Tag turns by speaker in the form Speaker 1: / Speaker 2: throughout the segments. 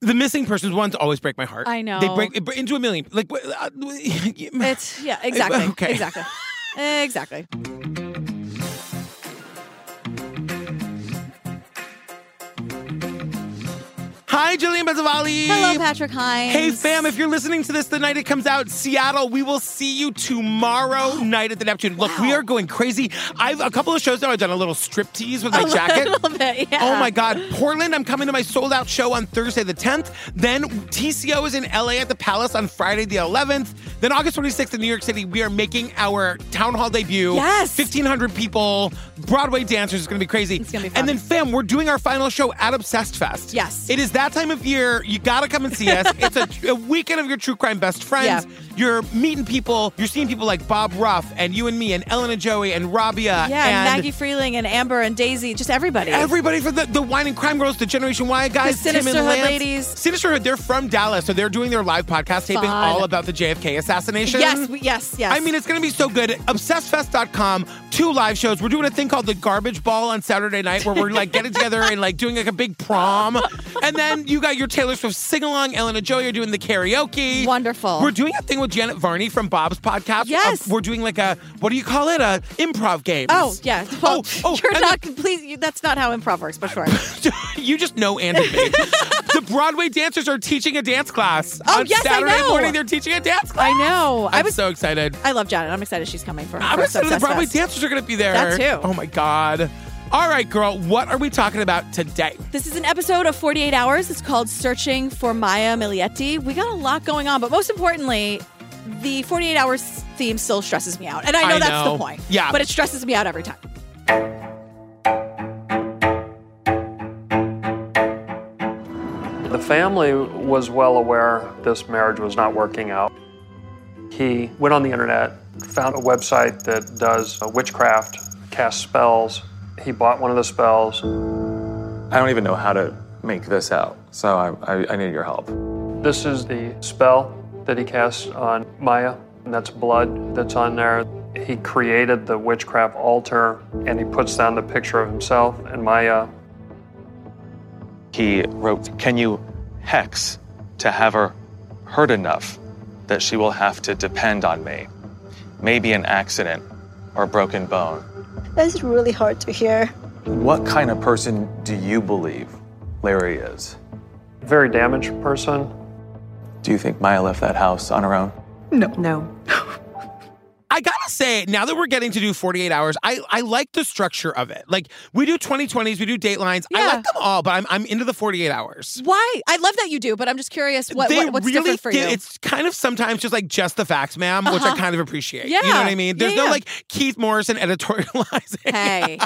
Speaker 1: The missing persons ones always break my heart.
Speaker 2: I know.
Speaker 1: They break it, into a million. Like, wh- uh,
Speaker 2: It's yeah, exactly.
Speaker 1: Okay.
Speaker 2: Exactly. Exactly.
Speaker 1: hi, Jillian Bezavali.
Speaker 2: Hello, Patrick Hines.
Speaker 1: Hey, fam, if you're listening to this the night it comes out, Seattle, we will see you tomorrow night at the Neptune. Look, we
Speaker 2: Wow.
Speaker 1: are going crazy. I've a couple of shows now, I've done a little strip tease with my jacket.
Speaker 2: A little bit, yeah.
Speaker 1: Oh my God. Portland, I'm coming to my sold out show on Thursday the 10th. Then TCO is in LA at the Palace on Friday the 11th. Then August 26th in New York City, we are making our town hall debut.
Speaker 2: Yes.
Speaker 1: 1,500 people, Broadway dancers. It's going to be crazy.
Speaker 2: It's gonna be
Speaker 1: And
Speaker 2: fun.
Speaker 1: then, fam, we're doing our final show at Obsessed Fest.
Speaker 2: Yes.
Speaker 1: It is that time of year. You got to come and see us. it's a, a weekend of your true crime best friends.
Speaker 2: Yeah.
Speaker 1: You're meeting people. You're seeing people like Bob Ruff and you and me and Ellen and Joey and Rabia.
Speaker 2: Yeah, and Maggie Freeling and Amber and Daisy, just everybody.
Speaker 1: Everybody from the, the Wine and Crime Girls, the Generation Y guys,
Speaker 2: The
Speaker 1: Tim and
Speaker 2: Sinisterhood
Speaker 1: Lance.
Speaker 2: ladies.
Speaker 1: Sinisterhood, they're from Dallas, so they're doing their live podcast taping
Speaker 2: Fun.
Speaker 1: all about the JFK assassination.
Speaker 2: yes, we, yes, yes.
Speaker 1: I mean, it's going to be so good. Obsessedfest.com, two live shows. We're doing a thing called the Garbage Ball on Saturday night where we're like getting together and like doing like a big prom. And then you got your Taylor Swift sing along. Ellen and Joey are doing the karaoke.
Speaker 2: Wonderful.
Speaker 1: We're doing a thing with Janet Varney from Bob's podcast.
Speaker 2: Yes.
Speaker 1: Uh, we're doing like a, what do you call it? A improv game.
Speaker 2: Oh yeah. Well,
Speaker 1: oh, oh,
Speaker 2: you're
Speaker 1: and
Speaker 2: not. Please, you, that's not how improv works. But sure. oh
Speaker 1: you just know Andy me. the Broadway dancers are teaching a dance class.
Speaker 2: Oh,
Speaker 1: on
Speaker 2: yes, I
Speaker 1: Saturday
Speaker 2: know.
Speaker 1: morning they're teaching a dance class.
Speaker 2: I know.
Speaker 1: I'm
Speaker 2: I was.
Speaker 1: so excited.
Speaker 2: I love Janet. I'm excited she's coming for.
Speaker 1: I'm
Speaker 2: for
Speaker 1: excited the
Speaker 2: Obsessed
Speaker 1: Broadway
Speaker 2: Fest.
Speaker 1: dancers are going to be there.
Speaker 2: That too.
Speaker 1: Oh my god. All right, girl, what are we talking about today?
Speaker 2: This is an episode of 48 Hours. It's called Searching for Maya Milietti. We got a lot going on, but most importantly, the 48 Hours theme still stresses me out, and I know
Speaker 1: I
Speaker 2: that's
Speaker 1: know.
Speaker 2: the point.
Speaker 1: Yeah.
Speaker 2: But it stresses me out every time.
Speaker 3: The family was well aware this marriage was not working out. He went on the internet, found a website that does uh, witchcraft, casts spells. He bought one of the spells.
Speaker 4: I don't even know how to make this out, so I, I, I need your help.
Speaker 3: This is the spell that he casts on Maya, and that's blood that's on there. He created the witchcraft altar, and he puts down the picture of himself and Maya
Speaker 5: He wrote, Can you hex to have her hurt enough that she will have to depend on me? Maybe an accident or a broken bone.
Speaker 6: That's really hard to hear.
Speaker 4: What kind of person do you believe Larry is?
Speaker 3: very damaged person.
Speaker 4: Do you think Maya left that house on her own?
Speaker 7: No. No.
Speaker 1: I gotta say, now that we're getting to do 48 hours, I, I like the structure of it. Like, we do 2020s, we do datelines. I
Speaker 2: Yeah.
Speaker 1: like them all, but I'm, I'm into the 48 hours.
Speaker 2: Why? I love that you do, but I'm just curious what,
Speaker 1: they
Speaker 2: what- what's
Speaker 1: really
Speaker 2: different for
Speaker 1: get-
Speaker 2: you. Uh-huh.
Speaker 1: It's kind of sometimes just like just the facts, madam which I kind of appreciate. You know
Speaker 2: Yeah.
Speaker 1: what I mean?
Speaker 2: Yeah,
Speaker 1: There's no
Speaker 2: yeah.
Speaker 1: like Keith Morrison editorializing.
Speaker 2: Hey,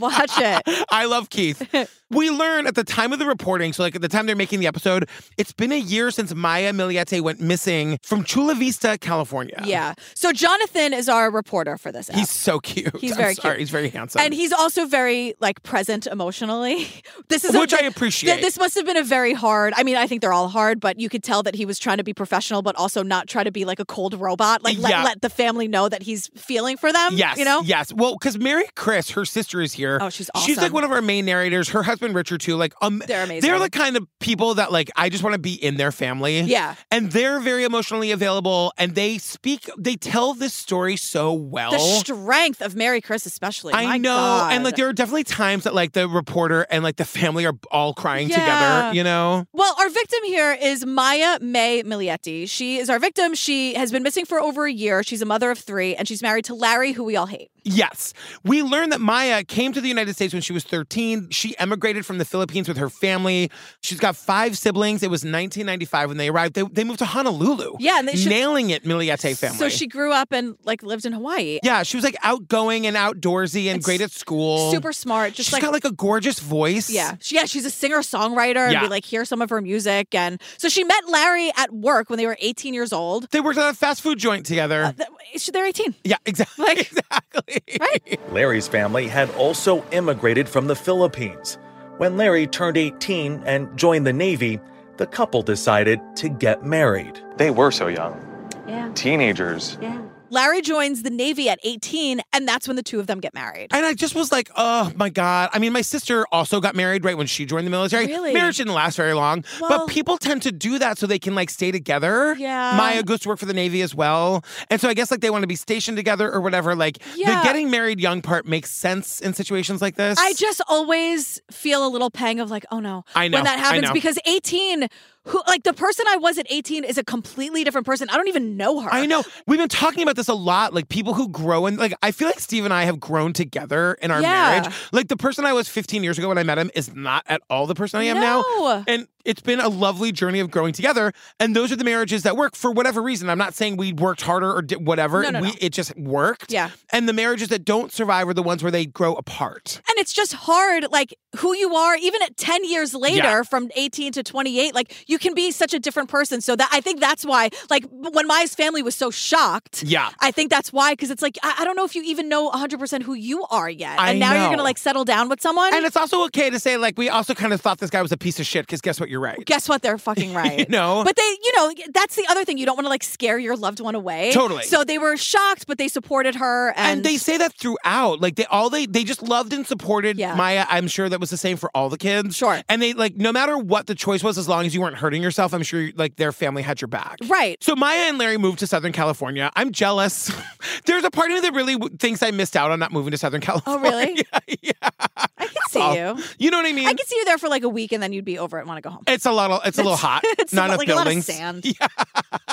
Speaker 2: watch it.
Speaker 1: I love Keith. we learn at the time of the reporting, so like at the time they're making the episode, it's been a year since Maya Miliate went missing from Chula Vista, California.
Speaker 2: Yeah. So Jonathan is our reporter for this.
Speaker 1: He's so cute.
Speaker 2: He's
Speaker 1: I'm
Speaker 2: very
Speaker 1: sorry,
Speaker 2: cute.
Speaker 1: He's very handsome.
Speaker 2: and he's also very like present emotionally. This is
Speaker 1: Which
Speaker 2: I
Speaker 1: I appreciate.
Speaker 2: this must have been a very hard. I mean, I think they're all hard, but you could tell that he was trying to be professional, but also not try to be like a cold robot. Like let,
Speaker 1: Yeah.
Speaker 2: let the family know that he's feeling for them.
Speaker 1: Yes.
Speaker 2: you know.
Speaker 1: Yes. Well, because Mary Chris, her sister, is here.
Speaker 2: Oh, she's
Speaker 1: She's like
Speaker 2: awesome.
Speaker 1: one of our main narrators. Her husband Richard too. Like, um,
Speaker 2: They're amazing.
Speaker 1: They're the kind of people that like I just want to be in their family.
Speaker 2: Yeah.
Speaker 1: And they're very emotionally available, and they speak. They tell this story so well.
Speaker 2: The strength of Mary Chris, especially.
Speaker 1: I
Speaker 2: My
Speaker 1: know, and like
Speaker 2: God.
Speaker 1: there are definitely times that like the reporter and like the family are all crying
Speaker 2: Yeah.
Speaker 1: together. You know.
Speaker 2: Well, our victim here is Maya May Milietti. She is our victim. She has been missing for over a year. She's a mother of three, and she's married to Larry, who we all hate.
Speaker 1: Yes. We learned that Maya came to the United States when she was 13. She emigrated from the Philippines with her family. She's got five siblings. It was 1995 when they arrived. They, they moved to Honolulu.
Speaker 2: Yeah, and they should-
Speaker 1: nailing it, Miliate family.
Speaker 2: So she grew up and like lived in Hawaii.
Speaker 1: Yeah, she was like outgoing and outdoorsy and
Speaker 2: It's
Speaker 1: great at school.
Speaker 2: Super smart. Just
Speaker 1: She's
Speaker 2: like
Speaker 1: got like a gorgeous voice.
Speaker 2: Yeah. She, yeah, she's a singer songwriter. And
Speaker 1: Yeah.
Speaker 2: we like hear some of her music. And so she met Larry at work when they were 18 years old.
Speaker 1: They worked at a fast food joint together.
Speaker 2: Th- she- They're 18.
Speaker 1: yeah, exactly.
Speaker 2: Uh, Like-
Speaker 1: exactly.
Speaker 2: Right?
Speaker 8: Larry's family had also immigrated from the Philippines. When Larry turned 18 and joined the Navy, the couple decided to get married.
Speaker 5: They were so young.
Speaker 9: Yeah,
Speaker 5: Teenagers.
Speaker 9: yeah.
Speaker 2: Larry joins the Navy at 18, and that's when the two of them get married.
Speaker 1: And I just was like, oh my God. I mean, my sister also got married right when she joined the military.
Speaker 2: Really?
Speaker 1: Marriage didn't last very long.
Speaker 2: Well-
Speaker 1: but people tend to do that so they can like stay together.
Speaker 2: Yeah.
Speaker 1: Maya goes to work for the Navy as well. And so I guess like they want to be stationed together or whatever. Like
Speaker 2: Yeah.
Speaker 1: the getting married young part makes sense in situations like this.
Speaker 2: I just always feel a little pang of like, oh no,
Speaker 1: I know,
Speaker 2: when that
Speaker 1: I
Speaker 2: happens
Speaker 1: know.
Speaker 2: because 18, who like the person I was at 18 is a completely different person. I don't even know her.
Speaker 1: I know. We've been talking about this a lot. Like people who grow and like I feel like Steve and I have grown together in our
Speaker 2: Yeah.
Speaker 1: marriage. Like the person I was 15 years ago when I met him is not at all the person I am
Speaker 2: No.
Speaker 1: now. And it's been a lovely journey of growing together. And those are the marriages that work for whatever reason. I'm not saying we worked harder or did whatever.
Speaker 2: No, no,
Speaker 1: we,
Speaker 2: no.
Speaker 1: It just worked.
Speaker 2: Yeah.
Speaker 1: And the marriages that don't survive are the ones where they grow apart.
Speaker 2: And it's just hard, like who you are, even at 10 years later, from 18 to 28, like you can be such a different person. So that I think that's why, like when Maya's family was so shocked.
Speaker 1: Yeah.
Speaker 2: I think that's why, because it's like, I, I don't know if you even know 100% who you are yet.
Speaker 1: I
Speaker 2: and now you're
Speaker 1: know.
Speaker 2: going to like settle down with someone.
Speaker 1: And it's also okay to say, like, we also kind of thought this guy was a piece of shit because guess what? You're right.
Speaker 2: guess what? They're fucking right.
Speaker 1: know?
Speaker 2: But they, you know, that's the other thing. You don't want to like scare your loved one away.
Speaker 1: Totally.
Speaker 2: So they were shocked, but they supported her. And,
Speaker 1: and they say that throughout like they all they they just loved and supported
Speaker 2: Yeah.
Speaker 1: maya i'm sure that was the same for all the kids
Speaker 2: Sure.
Speaker 1: and they like no matter what the choice was as long as you weren't hurting yourself i'm sure like their family had your back
Speaker 2: Right.
Speaker 1: so maya and larry moved to southern california i'm jealous there's a part of me that really w- thinks i missed out on not moving to southern
Speaker 2: Oh,
Speaker 1: california
Speaker 2: really? I can see
Speaker 1: Oh,
Speaker 2: you.
Speaker 1: you know what i mean
Speaker 2: I can see you there for like a week and then you'd be over it and want to go home.
Speaker 1: it's a lot of, it's a little hot
Speaker 2: It's
Speaker 1: not
Speaker 2: a,
Speaker 1: enough
Speaker 2: like
Speaker 1: buildings
Speaker 2: a lot of sand.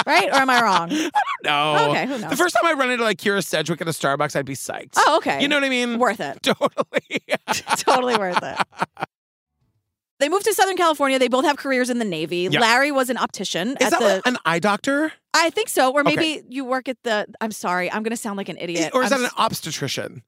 Speaker 2: Right? Or am I wrong?
Speaker 1: no
Speaker 2: Okay, who knows?
Speaker 1: Oh, the first time i run into like kira sedgwick at a starbucks i'd be psyched
Speaker 2: Oh, okay.
Speaker 1: you know what i mean
Speaker 2: Worth it.
Speaker 1: totally
Speaker 2: totally worth it. They moved to Southern California. They both have careers in the Navy.
Speaker 1: Yeah.
Speaker 2: Larry was an optician
Speaker 1: is
Speaker 2: at
Speaker 1: that
Speaker 2: the.
Speaker 1: like an eye doctor
Speaker 2: I think so, or
Speaker 1: Okay.
Speaker 2: maybe you work at the. I'm sorry, I'm going to sound like an idiot.
Speaker 1: Or is
Speaker 2: I'm
Speaker 1: that an obstetrician?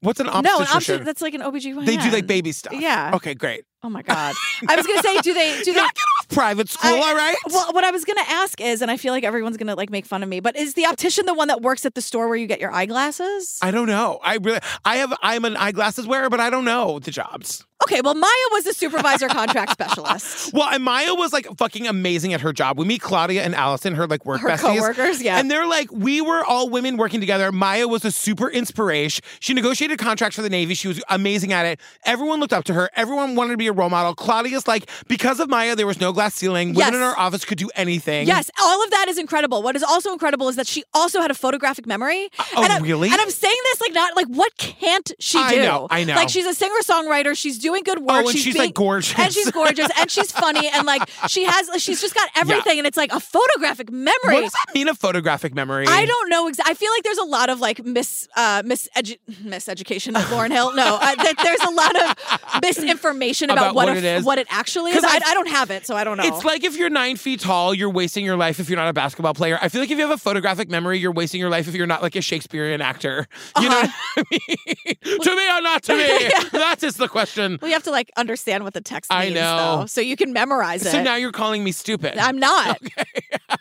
Speaker 1: What's an
Speaker 2: s- no? An
Speaker 1: obstetrician?
Speaker 2: opti- that's like an OBGYN.
Speaker 1: they do like baby stuff.
Speaker 2: Yeah.
Speaker 1: Okay, great.
Speaker 2: Oh my god! I was gonna say, do they do they?
Speaker 1: Knock it off, private school,
Speaker 2: I-
Speaker 1: all right?
Speaker 2: Well, what I was gonna ask is, and I feel like everyone's gonna like make fun of me, but is the optician the one that works at the store where you get your eyeglasses?
Speaker 1: I don't know. I really, I have, I'm an eyeglasses wearer, but I don't know the jobs.
Speaker 2: okay, well, Maya was the supervisor contract specialist.
Speaker 1: Well, and Maya was like fucking amazing at her job. We meet Claudia and Allison, her like work
Speaker 2: Her
Speaker 1: besties.
Speaker 2: coworkers, yeah.
Speaker 1: And they're like, we were all women working together. Maya was a super inspiration. She negotiated contracts for the Navy. She was amazing at it. Everyone looked up to her. Everyone wanted to be a role model. Claudia's like, because of Maya, there was no glass ceiling.
Speaker 2: Yes.
Speaker 1: Women in our office could do anything.
Speaker 2: Yes, all of that is incredible. What is also incredible is that she also had a photographic memory.
Speaker 1: oh,
Speaker 2: and I'm,
Speaker 1: really?
Speaker 2: And I'm saying this like not like what can't she do?
Speaker 1: I know, I know. Oh,
Speaker 2: Like she's a singer songwriter. She's doing good work.
Speaker 1: and she's,
Speaker 2: being-
Speaker 1: like, gorgeous.
Speaker 2: and she's gorgeous, and she's funny, and like she has, she's just got everything, and it's like a photographic memory.
Speaker 1: What does that mean? A photographic memory?
Speaker 2: I don't know. Exa- I feel like there's a lot of like mis uh, misedu- miseducation at Lauren Hill. No, uh, that there's a lot of misinformation about,
Speaker 1: About what
Speaker 2: a-
Speaker 1: it is.
Speaker 2: what it actually is.
Speaker 1: 'Cause
Speaker 2: I,
Speaker 1: I've-
Speaker 2: I don't have it, so I don't know.
Speaker 1: It's like if you're nine feet tall, you're wasting your life if you're not a basketball player. I feel like if you have a photographic memory, you're wasting your life if you're not like a Shakespearean actor. You know
Speaker 2: Uh-huh.
Speaker 1: what I mean? to me or not to me? That is the question.
Speaker 2: well, you have to like understand what the text
Speaker 1: I
Speaker 2: means,
Speaker 1: know.
Speaker 2: though, so you can memorize it.
Speaker 1: So now you're calling me stupid.
Speaker 2: I'm not.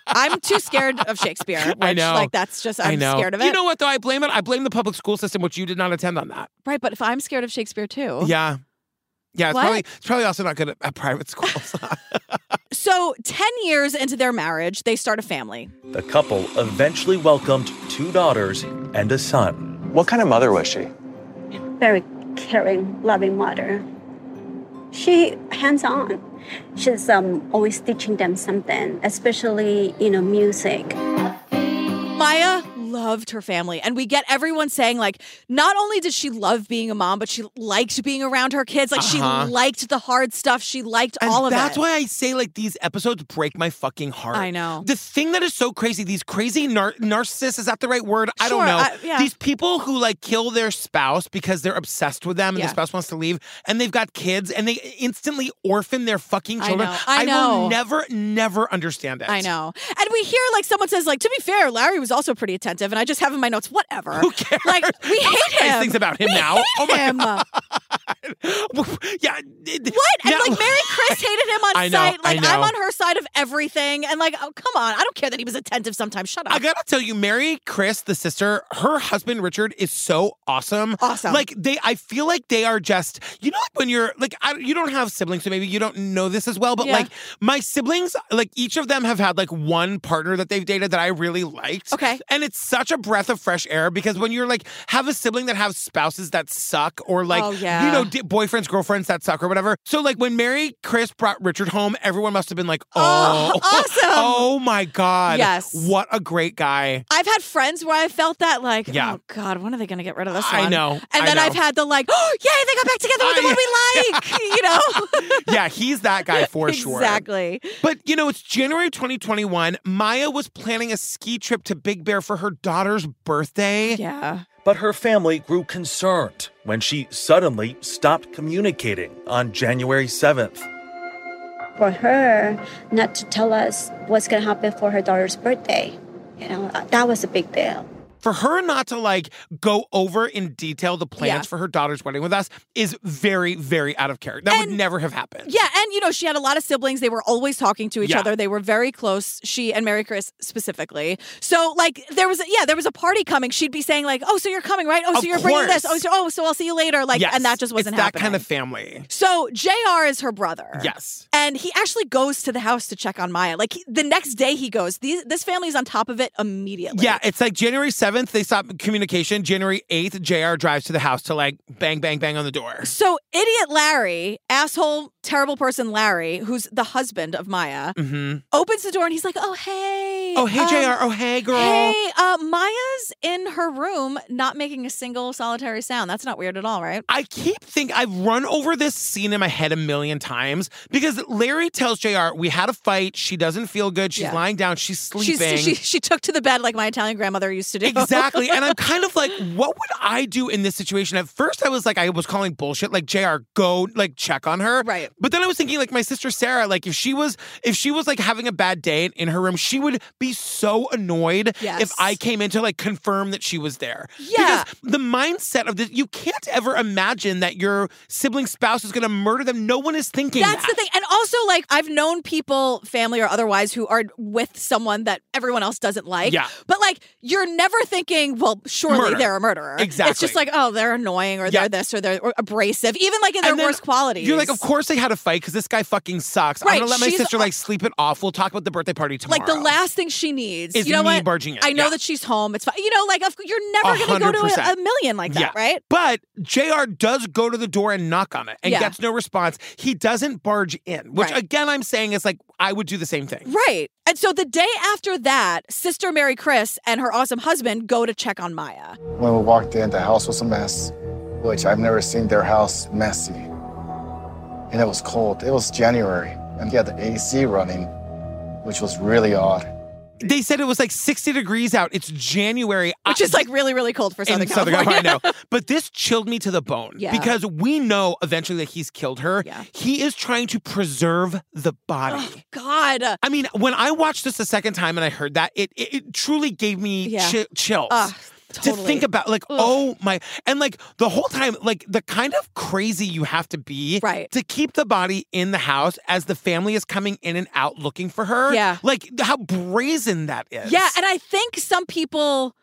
Speaker 2: I'm too scared of Shakespeare. Which,
Speaker 1: I know.
Speaker 2: Like that's just I'm
Speaker 1: I know.
Speaker 2: scared of it.
Speaker 1: You know what though? I blame it. I blame the public school system, which you did not attend on that.
Speaker 2: right? But if I'm scared of Shakespeare too,
Speaker 1: Yeah. Yeah, it's
Speaker 2: Oh. What?
Speaker 1: probably it's probably also not good at, at private schools.
Speaker 2: So ten years into their marriage, they start a family.
Speaker 8: The couple eventually welcomed two daughters and a son.
Speaker 5: What kind of mother was she?
Speaker 6: Very caring, loving mother. She hands on. She's um, always teaching them something, especially you know music.
Speaker 2: Maya loved her family. And we get everyone saying, like, not only did she love being a mom, but she liked being around her kids. Like,
Speaker 1: Uh-huh.
Speaker 2: she liked the hard stuff. She liked
Speaker 1: And
Speaker 2: all of
Speaker 1: that's
Speaker 2: it.
Speaker 1: why I say like these episodes break my fucking heart.
Speaker 2: I know.
Speaker 1: The thing that is so crazy, these crazy nar- narcissists, is that the right word? I
Speaker 2: Sure,
Speaker 1: don't know.
Speaker 2: I- yeah.
Speaker 1: These people who like kill their spouse because they're obsessed with them and
Speaker 2: Yeah.
Speaker 1: the spouse wants to leave and they've got kids and they instantly orphan their fucking
Speaker 2: I
Speaker 1: children.
Speaker 2: know, I know.
Speaker 1: will never, never understand it.
Speaker 2: I know. And we hear like someone says, like, to be fair, Larry was also pretty attentive, and I just have in my notes, whatever. Who
Speaker 1: cares?
Speaker 2: Like, we hate
Speaker 1: Nice
Speaker 2: him.
Speaker 1: things about him
Speaker 2: We
Speaker 1: now.
Speaker 2: hate
Speaker 1: Oh my
Speaker 2: him.
Speaker 1: yeah. What?
Speaker 2: What? And like Mary Chris hated him on
Speaker 1: I know,
Speaker 2: sight.
Speaker 1: I
Speaker 2: Like I'm
Speaker 1: know.
Speaker 2: on her side of everything. And like, oh come on. I don't care that he was attentive sometimes. Shut up.
Speaker 1: I gotta tell you, Mary Chris, the sister, her husband Richard is so awesome.
Speaker 2: Awesome.
Speaker 1: Like they, I feel like they are just, you know, like when you're like, I, you don't have siblings, so maybe you don't know this as well. But
Speaker 2: Yeah.
Speaker 1: like my siblings, like each of them have had like one partner that they've dated that I really liked.
Speaker 2: Okay.
Speaker 1: And it's such a breath of fresh air because when you're like have a sibling that have spouses that suck or like
Speaker 2: Oh, yeah.
Speaker 1: you know di- boyfriends, girlfriends that suck or whatever. So like when Mary Chris brought Richard home, everyone must have been like,
Speaker 2: Oh,
Speaker 1: oh,
Speaker 2: awesome.
Speaker 1: oh my god,
Speaker 2: Yes.
Speaker 1: what a great guy.
Speaker 2: I've had friends where I felt that like,
Speaker 1: Yeah.
Speaker 2: oh God, when are they going to get rid of this
Speaker 1: I
Speaker 2: one?
Speaker 1: know,
Speaker 2: And
Speaker 1: I
Speaker 2: then
Speaker 1: know.
Speaker 2: I've had the like, oh yay, they got back together with the
Speaker 1: I-
Speaker 2: one we like, you know?
Speaker 1: yeah, he's that guy for sure.
Speaker 2: Exactly.
Speaker 1: But you know, it's January 2021. Maya was planning a ski trip to Big Bear for her daughter's birthday.
Speaker 2: Yeah.
Speaker 8: But her family grew concerned when she suddenly stopped communicating on January 7th.
Speaker 6: for her not to tell us what's going to happen for her daughter's birthday. You know, uh, that was a big deal.
Speaker 1: For her not to like go over in detail the plans
Speaker 2: Yeah.
Speaker 1: for her daughter's wedding with us is very, very out of character. That would never have happened.
Speaker 2: Yeah. And, you know, she had a lot of siblings. They were always talking to each
Speaker 1: Yeah.
Speaker 2: other. They were very close, she and Mary Chris specifically. So, like, there was, yeah, there was a party coming. She'd be saying, like, oh, so you're coming, right? Oh, so
Speaker 1: Of
Speaker 2: you're bringing this. Oh,
Speaker 1: course.
Speaker 2: so, oh, so I'll see you later. Like,
Speaker 1: Yes.
Speaker 2: and that just wasn't
Speaker 1: it's
Speaker 2: happening.
Speaker 1: That kind of family.
Speaker 2: So JR is her brother.
Speaker 1: Yes.
Speaker 2: And he actually goes to the house to check on Maya. Like he- the next day he goes. These, this family's on top of it immediately.
Speaker 1: Yeah, it's like January 7th, they stop communication. January 8th, JR drives to the house to like bang, bang, bang on the door.
Speaker 2: So idiot Larry, asshole, terrible person Larry, who's the husband of Maya,
Speaker 1: Mm-hmm.
Speaker 2: opens the door and he's like, "Oh hey,
Speaker 1: Oh, hey,
Speaker 2: um,
Speaker 1: JR. Oh, hey, girl.
Speaker 2: Hey, uh, Maya's in her room, not making a single solitary sound. That's not weird at all, right?
Speaker 1: I keep think I've run over this scene in my head a million times because Larry tells JR, we had a fight. She doesn't feel good. She's
Speaker 2: Yeah.
Speaker 1: lying down. She's
Speaker 2: She's,
Speaker 1: sleeping.
Speaker 2: she she took to the bed like my Italian grandmother used to do.
Speaker 1: exactly. And I'm kind of like, what would I do in this situation? At first, I was like, I was calling bullshit. Like, JR, go like check on her.
Speaker 2: Right.
Speaker 1: But then I was thinking, like, my sister Sarah, like, if she was, if she was like having a bad day in her room, she would be so annoyed
Speaker 2: Yes.
Speaker 1: if I came in to like confirm that she was there.
Speaker 2: Yeah.
Speaker 1: Because the mindset of this, you can't ever imagine that your sibling spouse is going to murder them. No one is thinking
Speaker 2: That's
Speaker 1: that.
Speaker 2: the thing. And also, like, I've known people, family or otherwise, who are with someone that everyone else doesn't like.
Speaker 1: Yeah.
Speaker 2: But, like, you're never thinking, well, surely
Speaker 1: Murder.
Speaker 2: they're a murderer. It's
Speaker 1: Exactly.
Speaker 2: just like, oh, they're annoying or
Speaker 1: Yeah.
Speaker 2: they're this or they're or abrasive, even like in their
Speaker 1: And then
Speaker 2: worst qualities.
Speaker 1: You're like, of course they had a fight because this guy fucking sucks.
Speaker 2: Right,
Speaker 1: I'm gonna let my
Speaker 2: she's-
Speaker 1: sister like sleep it off. We'll talk about the birthday party tomorrow.
Speaker 2: Like the last thing she needs
Speaker 1: Is
Speaker 2: you know
Speaker 1: me
Speaker 2: what?
Speaker 1: barging in,
Speaker 2: I know
Speaker 1: yeah.
Speaker 2: that she's home. It's fine. You know, like of, you're never
Speaker 1: A
Speaker 2: going to go to a, a
Speaker 1: hundred
Speaker 2: million like that,
Speaker 1: Yeah.
Speaker 2: right?
Speaker 1: But JR does go to the door and knock on it and
Speaker 2: Yeah.
Speaker 1: gets no response. He doesn't barge in, which
Speaker 2: Right.
Speaker 1: again, I'm saying is like, I would do the same thing.
Speaker 2: Right. And so the day after that, Sister Mary Chris and her awesome husband go to check on Maya.
Speaker 7: When we walked in, the house was a mess, which I've never seen their house messy. And it was cold. It was January, and they had the AC running, which was really odd.
Speaker 1: They said it was like 60 degrees out. It's January.
Speaker 2: Which
Speaker 1: I-
Speaker 2: is like really, really cold for Southern
Speaker 1: Ah, in
Speaker 2: California.
Speaker 1: Southern California. I know. But this chilled me to the bone
Speaker 2: Yeah.
Speaker 1: because we know eventually that he's killed her.
Speaker 2: Yeah.
Speaker 1: He is trying to preserve the body.
Speaker 2: Oh, God.
Speaker 1: I mean, when I watched this the second time and I heard that, it it, it truly gave me
Speaker 2: Yeah.
Speaker 1: chi- chills.
Speaker 2: Ugh,
Speaker 1: To
Speaker 2: totally.
Speaker 1: think about, like,
Speaker 2: Ugh.
Speaker 1: oh my, and like the whole time, like the kind of crazy you have to be
Speaker 2: Right.
Speaker 1: to keep the body in the house as the family is coming in and out looking for her.
Speaker 2: Yeah.
Speaker 1: Like how brazen that is.
Speaker 2: Yeah, and I think some people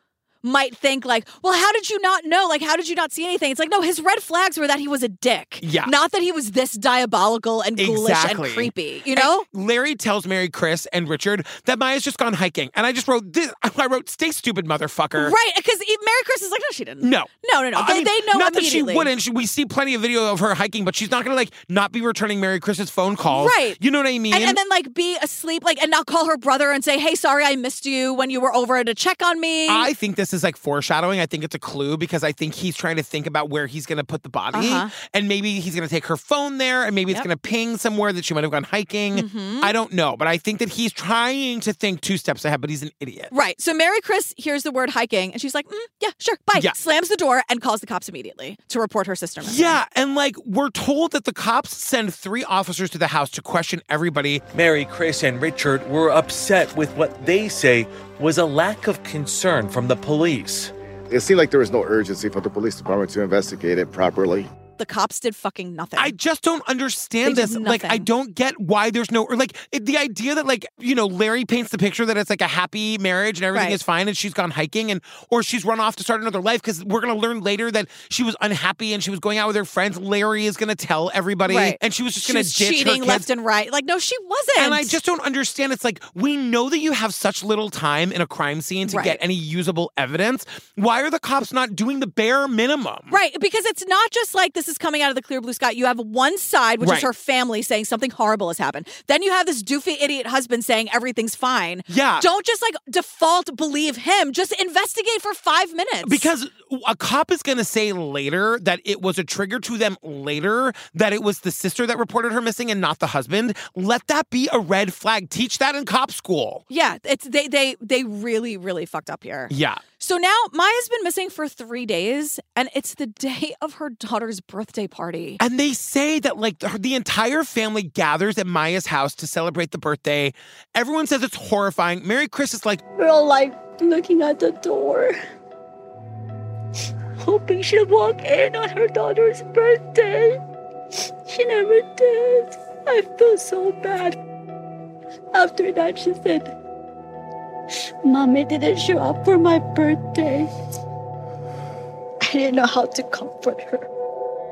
Speaker 2: might think like, well, how did you not know? Like, how did you not see anything? It's like, no, his red flags were that he was a dick.
Speaker 1: Yeah.
Speaker 2: Not that he was this diabolical and ghoulish
Speaker 1: Exactly.
Speaker 2: and creepy, you know?
Speaker 1: Larry tells Mary, Chris, and Richard that Maya's just gone hiking. And I just wrote this. I wrote, stay stupid, motherfucker.
Speaker 2: right, because Mary Chris is like, no, she didn't.
Speaker 1: No.
Speaker 2: No, no, no.
Speaker 1: I
Speaker 2: They,
Speaker 1: mean,
Speaker 2: they know
Speaker 1: not that she
Speaker 2: immediately.
Speaker 1: wouldn't. She- We see plenty of video of her hiking, but she's not going to like not be returning Mary Chris's phone calls.
Speaker 2: Right.
Speaker 1: You know what I mean?
Speaker 2: And, and then like be asleep, like and not call her brother and say, "Hey, sorry, I missed you when you were over to check on me."
Speaker 1: I think this is like foreshadowing. I think it's a clue because I think he's trying to think about where he's going to put the body.
Speaker 2: Uh-huh.
Speaker 1: And maybe he's going to take her phone there and maybe it's
Speaker 2: Yep. Mm-hmm.
Speaker 1: going to ping somewhere that she might have gone hiking. I don't know. But I think that he's trying to think two steps ahead, but he's an idiot.
Speaker 2: Right. So Mary Chris hears the word hiking and she's like, mm, yeah, sure, bye.
Speaker 1: Yeah.
Speaker 2: Slams the door and calls the cops immediately to report her sister. missing.
Speaker 1: Yeah, and like we're told that the cops send three officers to the house to question everybody.
Speaker 8: Mary, Chris, and Richard were upset with what they say was a lack of concern from the police.
Speaker 7: It seemed like there was no urgency for the police department to investigate it properly.
Speaker 2: The cops did fucking nothing.
Speaker 1: I just don't understand
Speaker 2: They did
Speaker 1: this. Like, I
Speaker 2: nothing.
Speaker 1: don't get why there's no, or like it- the idea that, like, you know, Larry paints the picture that it's like a happy marriage and everything
Speaker 2: Right.
Speaker 1: is fine and she's gone hiking and, or she's run off to start another life because we're going to learn later that she was unhappy and she was going out with her friends. Larry is going to tell everybody
Speaker 2: Right.
Speaker 1: and she was just
Speaker 2: She
Speaker 1: going to
Speaker 2: was
Speaker 1: ditch her
Speaker 2: cheating
Speaker 1: kids.
Speaker 2: left and right. Like, no, she wasn't.
Speaker 1: And I just don't understand. It's like we know that you have such little time in a crime scene to
Speaker 2: Right.
Speaker 1: get any usable evidence. Why are the cops not doing the bare minimum?
Speaker 2: Right, because it's not just like this is coming out of the clear blue sky. You have one side, which
Speaker 1: Right.
Speaker 2: is her family saying something horrible has happened. Then you have this doofy idiot husband saying everything's fine.
Speaker 1: Yeah.
Speaker 2: Don't just like default believe him. Just investigate for five minutes.
Speaker 1: Because a cop is going to say later that it was a trigger to them later that it was the sister that reported her missing and not the husband. Let that be a red flag. Teach that in cop school.
Speaker 2: yeah, it's they they they really really fucked up here.
Speaker 1: Yeah.
Speaker 2: So now Maya's been missing for three days, and it's the day of her daughter's birthday party.
Speaker 1: And they say that like the, the entire family gathers at Maya's house to celebrate the birthday. Everyone says it's horrifying. Mary Chris is like,
Speaker 6: We're all like looking at the door, hoping she'll walk in on her daughter's birthday. She never did. I feel so bad. After that, she said, Mommy didn't show up for my birthday. I didn't know how to comfort her.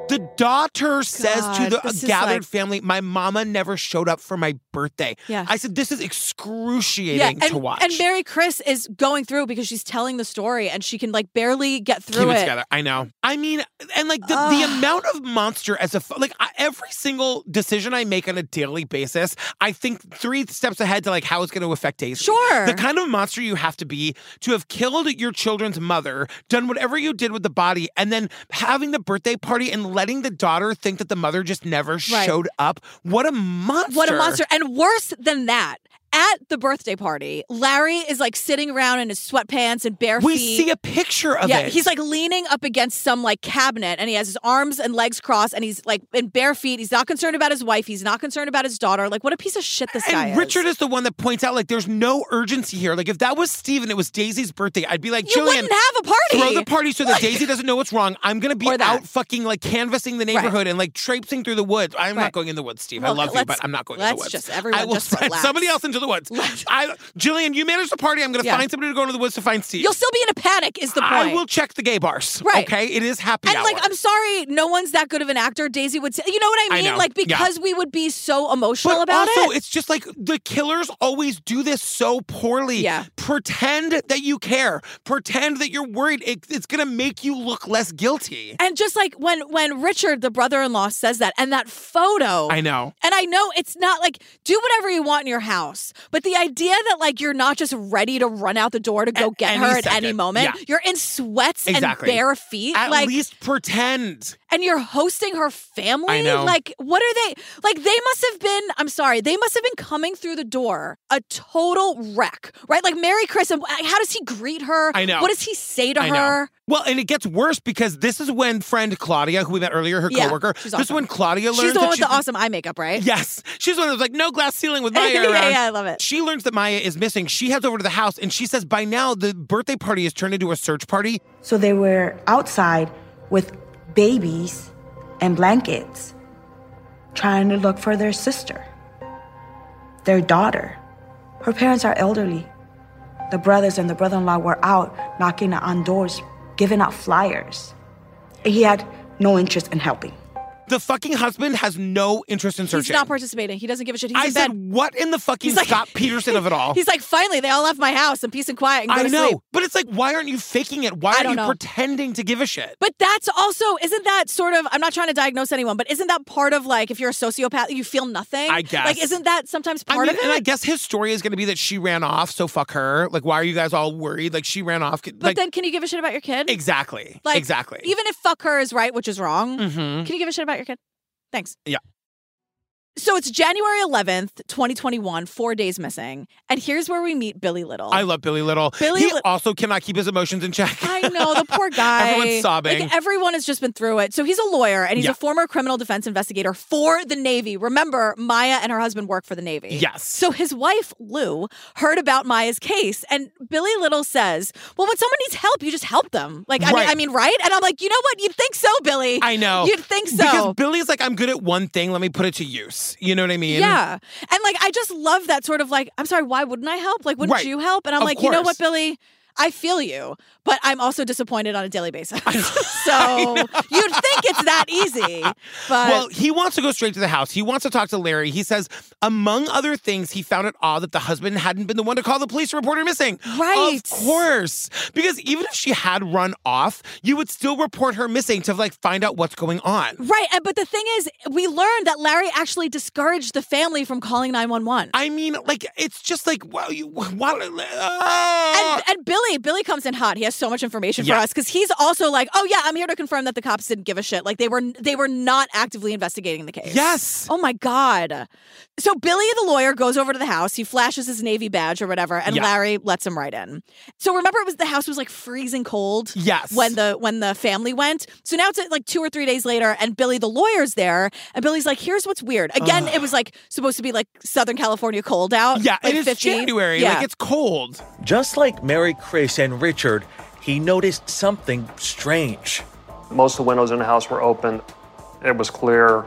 Speaker 1: The daughter says to
Speaker 2: God,
Speaker 1: the
Speaker 2: this is
Speaker 1: gathered
Speaker 2: like-
Speaker 1: family, "My mama never showed up for my birthday."
Speaker 2: Yeah.
Speaker 1: I said this is excruciating
Speaker 2: and,
Speaker 1: to watch.
Speaker 2: and Mary Chris is going through because she's telling the story and she can like barely get
Speaker 1: Keep
Speaker 2: through
Speaker 1: it
Speaker 2: it.
Speaker 1: together. I know. I mean, and like the, the
Speaker 2: Ugh.
Speaker 1: amount of monster as a f- like I, every single decision I make on a daily basis, I think three steps ahead to like how it's going to affect Daisy.
Speaker 2: Sure.
Speaker 1: The kind of monster you have to be to have killed your children's mother, done whatever you did with the body, and then having the birthday party and letting the daughter think that the mother just never showed up. What a monster!
Speaker 2: What a monster. And worse than that, at the birthday party, Larry is like sitting around in his sweatpants and bare
Speaker 1: We
Speaker 2: feet.
Speaker 1: see a picture of
Speaker 2: yeah,
Speaker 1: it.
Speaker 2: he's like leaning up against some like cabinet and he has his arms and legs crossed and he's like in bare feet. He's not concerned about his wife. He's not concerned about his daughter. Like, what a piece of shit this guy
Speaker 1: and
Speaker 2: is.
Speaker 1: Richard is the one that points out like there's no urgency here. Like if that was Steve and it was Daisy's birthday, I'd be like,
Speaker 2: you
Speaker 1: Jillian,
Speaker 2: wouldn't have a party.
Speaker 1: throw the party so that Daisy doesn't know what's wrong. I'm gonna be
Speaker 2: Or that.
Speaker 1: out fucking like canvassing the neighborhood and like traipsing through the woods. I'm not
Speaker 2: Right.
Speaker 1: going in the woods, Steve. I
Speaker 2: Look,
Speaker 1: love you,
Speaker 2: let's-
Speaker 1: but I'm not going in the
Speaker 2: let's
Speaker 1: woods.
Speaker 2: just- everyone
Speaker 1: I will
Speaker 2: just
Speaker 1: send
Speaker 2: relax.
Speaker 1: somebody else into the woods. I, Jillian, you manage the party. I'm gonna
Speaker 2: Yeah.
Speaker 1: find somebody to go into the woods to find Steve.
Speaker 2: You'll still be in a panic, is the point.
Speaker 1: I will check the gay bars.
Speaker 2: Right.
Speaker 1: Okay. It is happy
Speaker 2: And
Speaker 1: hour.
Speaker 2: like, I'm sorry, no one's that good of an actor. Daisy would say, you know what I
Speaker 1: I
Speaker 2: mean?
Speaker 1: know.
Speaker 2: Like,
Speaker 1: Yeah.
Speaker 2: because we would be so emotional
Speaker 1: but
Speaker 2: about
Speaker 1: also,
Speaker 2: it.
Speaker 1: it's just like the killers always do this so poorly.
Speaker 2: Yeah.
Speaker 1: Pretend that you care. Pretend that you're worried. It, it's gonna make you look less guilty.
Speaker 2: And just like when when Richard, the brother-in-law, says that, and that photo,
Speaker 1: I know.
Speaker 2: and I know it's not like do whatever you want in your house, but the idea that like you're not just ready to run out the door to go
Speaker 1: At
Speaker 2: get
Speaker 1: any
Speaker 2: her at
Speaker 1: second.
Speaker 2: any moment.
Speaker 1: Yeah.
Speaker 2: You're in sweats
Speaker 1: Exactly.
Speaker 2: and bare feet,
Speaker 1: At
Speaker 2: like,
Speaker 1: least pretend.
Speaker 2: and you're hosting her family.
Speaker 1: I know.
Speaker 2: Like, what are they? Like, they must have been. I'm sorry, they must have been coming through the door a total wreck, right? Like, Merry Christmas. How does he greet her?
Speaker 1: I know.
Speaker 2: What does he say to
Speaker 1: I
Speaker 2: her?
Speaker 1: know. Well, and it gets worse because this is when friend Claudia, who we met earlier, her
Speaker 2: Yeah,
Speaker 1: coworker,
Speaker 2: she's
Speaker 1: this is
Speaker 2: awesome.
Speaker 1: when Claudia learns
Speaker 2: She's
Speaker 1: that
Speaker 2: the one with
Speaker 1: she's
Speaker 2: the awesome eye makeup, right?
Speaker 1: Yes, she's the one who's like no glass ceiling with Maya
Speaker 2: yeah,
Speaker 1: around.
Speaker 2: yeah, I love it.
Speaker 1: She learns that Maya is missing. She heads over to the house and she says, by now the birthday party has turned into a search party.
Speaker 9: So they were outside with babies and blankets, trying to look for their sister, their daughter. Her parents are elderly. The brothers and the brother in law were out knocking on doors, giving out flyers. He had no interest in helping.
Speaker 1: The fucking husband has no interest in
Speaker 2: He's
Speaker 1: searching.
Speaker 2: not participating. He doesn't give a shit. He's
Speaker 1: I
Speaker 2: in
Speaker 1: said,
Speaker 2: bed.
Speaker 1: what in the fucking
Speaker 2: He's like-
Speaker 1: Scott Peterson of it all?
Speaker 2: He's like, finally, they all left my house in peace and quiet. And go
Speaker 1: I
Speaker 2: to
Speaker 1: know,
Speaker 2: Sleep.
Speaker 1: but it's like, why aren't you faking it? Why
Speaker 2: I
Speaker 1: aren't
Speaker 2: don't
Speaker 1: you
Speaker 2: know.
Speaker 1: pretending to give a shit?
Speaker 2: But that's also, isn't that sort of, I'm not trying to diagnose anyone, but isn't that part of like, if you're a sociopath, you feel nothing?
Speaker 1: I guess.
Speaker 2: Like, isn't that sometimes
Speaker 1: I
Speaker 2: part
Speaker 1: mean,
Speaker 2: of it?
Speaker 1: and I guess his story is going to be that she ran off, so fuck her. Like, why are you guys all worried? Like, she ran off.
Speaker 2: but then can you give a shit about your kid?
Speaker 1: exactly,
Speaker 2: Like,
Speaker 1: exactly.
Speaker 2: Even if fuck her is right, which is wrong,
Speaker 1: Mhm.
Speaker 2: can you give a shit about your kid? Thanks.
Speaker 1: Yeah.
Speaker 2: So it's January 11th, 2021, four days missing. And here's where we meet Billy Little.
Speaker 1: I love Billy Little.
Speaker 2: Billy
Speaker 1: he
Speaker 2: Li-
Speaker 1: also cannot keep his emotions in check.
Speaker 2: I know the poor guy.
Speaker 1: Everyone's sobbing.
Speaker 2: Like, everyone has just been through it. So he's a lawyer and he's
Speaker 1: Yeah.
Speaker 2: a former criminal defense investigator for the Navy. Remember, Maya and her husband work for the Navy.
Speaker 1: Yes.
Speaker 2: So his wife Lou heard about Maya's case, and Billy Little says, "Well, when someone needs help, you just help them." Like, I
Speaker 1: Right.
Speaker 2: mean, I mean, right? And I'm like, you know what? You'd think so, Billy.
Speaker 1: I know.
Speaker 2: You'd think so.
Speaker 1: Because Billy's like, I'm good at one thing. Let me put it to use. You know what I mean?
Speaker 2: Yeah. And like I just love that sort of like, I'm sorry, why wouldn't I help? Like, wouldn't
Speaker 1: Right.
Speaker 2: you help? And I'm
Speaker 1: Of
Speaker 2: like, you know
Speaker 1: course.
Speaker 2: what, Billy? I feel you, but I'm also disappointed on a daily basis. so you'd think it's that easy. But
Speaker 1: Well, he wants to go straight to the house. He wants to talk to Larry. He says, among other things, he found it odd that the husband hadn't been the one to call the police to report her missing.
Speaker 2: Right.
Speaker 1: Of course. Because even if she had run off, you would still report her missing to like find out what's going on.
Speaker 2: Right. and- But the thing is, we learned that Larry actually discouraged the family from calling 911.
Speaker 1: I mean, like, it's just like, well, you, what? uh,
Speaker 2: and, and Billy, Billy comes in hot. He has so much information for
Speaker 1: Yeah.
Speaker 2: us because he's also like, "Oh yeah, I'm here to confirm that the cops didn't give a shit. Like they were, they were not actively investigating the case."
Speaker 1: Yes.
Speaker 2: Oh my god. So Billy, the lawyer, goes over to the house. He flashes his navy badge or whatever, and
Speaker 1: Yeah.
Speaker 2: Larry lets him right in. So remember, it was the house was like freezing cold.
Speaker 1: Yes.
Speaker 2: When the when the family went. So now it's uh, like two or three days later, and Billy, the lawyer's there, and Billy's like, "Here's what's weird." Again, it was like supposed to be like Southern California cold out.
Speaker 1: yeah,
Speaker 2: like
Speaker 1: it is
Speaker 2: 50.
Speaker 1: January.
Speaker 2: Yeah.
Speaker 1: Like, it's cold.
Speaker 8: Just like Mary, Chris, and Richard, he noticed something strange.
Speaker 3: Most of the windows in the house were open. It was clear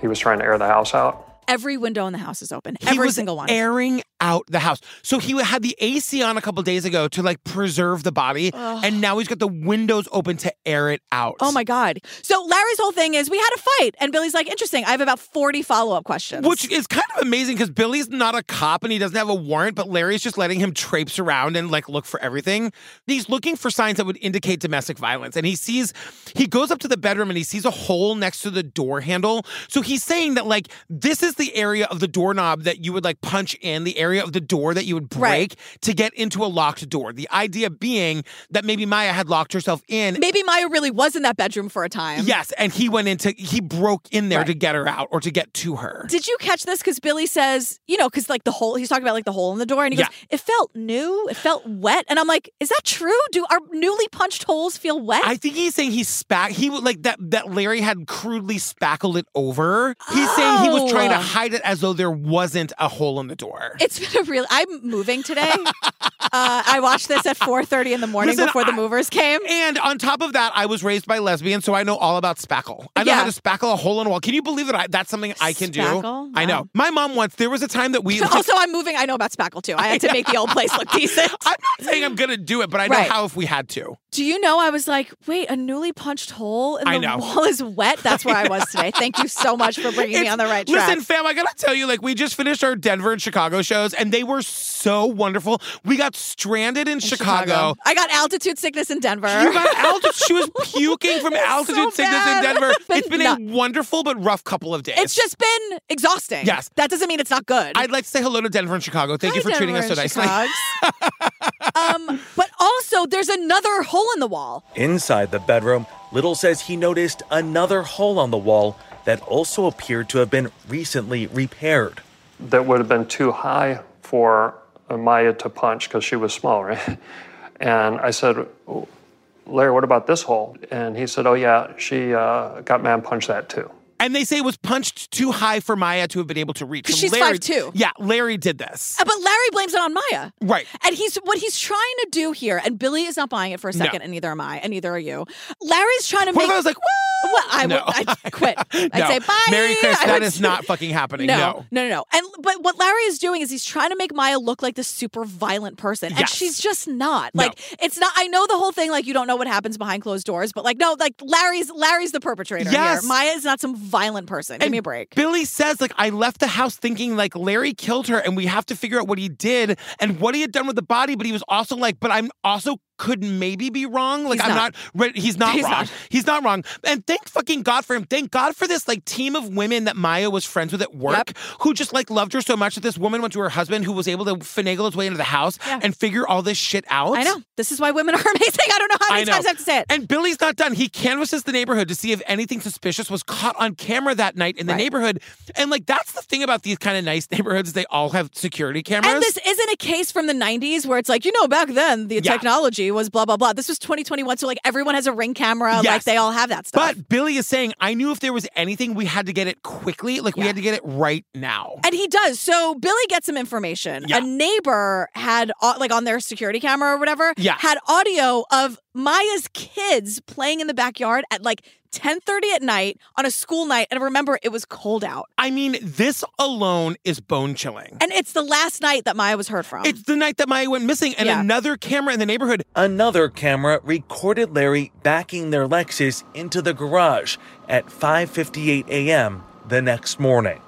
Speaker 3: he was trying to air the house out.
Speaker 2: every window in the house is open.
Speaker 1: he
Speaker 2: every
Speaker 1: was
Speaker 2: single one.
Speaker 1: airing out the house. So he had the AC on a couple days ago to like preserve the body, and now he's got the windows open to air it out.
Speaker 2: Oh my God. So Larry's whole thing is we had a fight. And Billy's like, interesting. I have about 40 follow up questions.
Speaker 1: Which is kind of amazing because Billy's not a cop and he doesn't have a warrant, but Larry's just letting him traipse around and like look for everything. He's looking for signs that would indicate domestic violence. And he sees, he goes up to the bedroom and he sees a hole next to the door handle. So he's saying that like this is the area of the doorknob that you would like punch in, the area of the door that you would break
Speaker 2: Right.
Speaker 1: to get into a locked door. The idea being that maybe Maya had locked herself in.
Speaker 2: Maybe Maya really was in that bedroom for a time.
Speaker 1: Yes, and he went into, he broke in there
Speaker 2: Right.
Speaker 1: to get her out or to get to her.
Speaker 2: Did you catch this? Because Billy says, you know, because like the hole, he's talking about like the hole in the door, and he goes, "It felt new, it felt wet," and I'm like, "Is that true? Do our newly punched holes feel wet?"
Speaker 1: I think he's saying he spack he would like that that Larry had crudely spackled it over. He's saying he was trying to
Speaker 2: Oh.
Speaker 1: hide it as though there wasn't a hole in the door.
Speaker 2: it's been a real. I'm moving today. uh, I watched this at 4:30 in the morning
Speaker 1: Listen,
Speaker 2: before the
Speaker 1: I-
Speaker 2: movers came.
Speaker 1: and on top of that, I was raised by lesbians, so I know all about spackle. I know how
Speaker 2: Yeah.
Speaker 1: to spackle a hole in a wall. Can you believe that I, that's something I can do?
Speaker 2: Spackle?
Speaker 1: I
Speaker 2: Wow.
Speaker 1: know. My mom once there was a time that we like,
Speaker 2: also, I'm moving. I know about spackle too. I had to make the old place look decent.
Speaker 1: I'm not saying I'm gonna do it, but I know
Speaker 2: Right.
Speaker 1: how if we had to.
Speaker 2: Do you know I was like, wait, a newly punched hole in
Speaker 1: I
Speaker 2: the
Speaker 1: know.
Speaker 2: wall is wet? That's where I was today. Thank you so much for bringing me
Speaker 1: It's-
Speaker 2: on the right track.
Speaker 1: Listen, fam, I gotta tell you, like, we just finished our Denver and Chicago shows, and they were so wonderful. We got stranded in, Chicago.
Speaker 2: I got altitude sickness in Denver.
Speaker 1: You got altitude. she was puking from altitude sickness
Speaker 2: bad.
Speaker 1: in Denver.
Speaker 2: But
Speaker 1: it's been
Speaker 2: not-
Speaker 1: a wonderful but rough couple of days.
Speaker 2: it's just been exhausting.
Speaker 1: Yes.
Speaker 2: That doesn't mean it's not good.
Speaker 1: I'd like to say hello to Denver and Chicago. Thank you for
Speaker 2: Hi,
Speaker 1: treating us so
Speaker 2: Denver and
Speaker 1: nicely.
Speaker 2: Chicogs. um, but also, there's another hole in the wall.
Speaker 8: Inside the bedroom, Little says he noticed another hole on the wall that also appeared to have been recently repaired.
Speaker 3: that would have been too high for Maya to punch because she was small, right? And I said, Larry, what about this hole? And he said, Oh, yeah, she uh, got man punched that too.
Speaker 1: And they say it was punched too high for Maya to have been able to reach.
Speaker 2: 'Cause
Speaker 1: So
Speaker 2: she's
Speaker 1: Larry,
Speaker 2: 5'2".
Speaker 1: Yeah, Larry did this.
Speaker 2: Uh, But Larry blames it on Maya.
Speaker 1: Right.
Speaker 2: And he's what he's trying to do here, and Billy is not buying it for a
Speaker 1: No.
Speaker 2: second, and neither am I, and neither are you. Larry's trying to
Speaker 1: What
Speaker 2: make
Speaker 1: if I was like, "Whoa"?
Speaker 2: Well, I
Speaker 1: No.
Speaker 2: would I'd quit. I'd
Speaker 1: No.
Speaker 2: say bye.
Speaker 1: Merry Chris,
Speaker 2: I
Speaker 1: that
Speaker 2: would-
Speaker 1: is not fucking happening.
Speaker 2: No, no, no, no. And but what Larry is doing is he's trying to make Maya look like this super violent person, and
Speaker 1: Yes.
Speaker 2: she's just not.
Speaker 1: No.
Speaker 2: Like it's not. I know the whole thing. Like you don't know what happens behind closed doors, but like no, like Larry's Larry's the perpetrator
Speaker 1: Yes.
Speaker 2: here. Maya is not some violent person. Give me a break.
Speaker 1: Billy says, like, I left the house thinking, like, Larry killed her and we have to figure out what he did and what he had done with the body. But he was also like, but I'm also could maybe be wrong. Like
Speaker 2: He's
Speaker 1: I'm
Speaker 2: not.
Speaker 1: not. right, he's not
Speaker 2: He's
Speaker 1: wrong.
Speaker 2: not.
Speaker 1: He's not wrong. And thank fucking God for him. Thank God for this like team of women that Maya was friends with at work, who just like loved her so much that this woman went to her husband, who was able to finagle his way into the house
Speaker 2: Yeah.
Speaker 1: and figure all this shit out.
Speaker 2: I know. This is why women are amazing. I don't know how many
Speaker 1: I know.
Speaker 2: times I have to say it.
Speaker 1: And Billy's not done. He canvasses the neighborhood to see if anything suspicious was caught on camera that night in the
Speaker 2: Right.
Speaker 1: neighborhood. And like that's the thing about these kind of nice neighborhoods, they all have security cameras.
Speaker 2: And this isn't a case from the 90s where it's like, you know, back then the
Speaker 1: Yeah.
Speaker 2: technology was blah, blah, blah. This was 2021. So, like, everyone has a ring camera.
Speaker 1: Yes.
Speaker 2: Like, they all have that stuff.
Speaker 1: But Billy is saying, I knew if there was anything, we had to get it quickly. Like, we had to get it right now.
Speaker 2: and he does. So Billy gets some information.
Speaker 1: Yeah.
Speaker 2: A neighbor had, au- like, on their security camera or whatever,
Speaker 1: Yeah.
Speaker 2: had audio of Maya's kids playing in the backyard at like 10:30 at night on a school night. And remember, it was cold out,
Speaker 1: I mean, this alone is bone chilling.
Speaker 2: and it's the last night that Maya was heard from.
Speaker 1: It's the night that Maya went missing, and
Speaker 2: Yeah.
Speaker 1: another camera in the neighborhood
Speaker 8: Another camera recorded Larry backing their Lexus into the garage at 5:58 a.m. the next morning.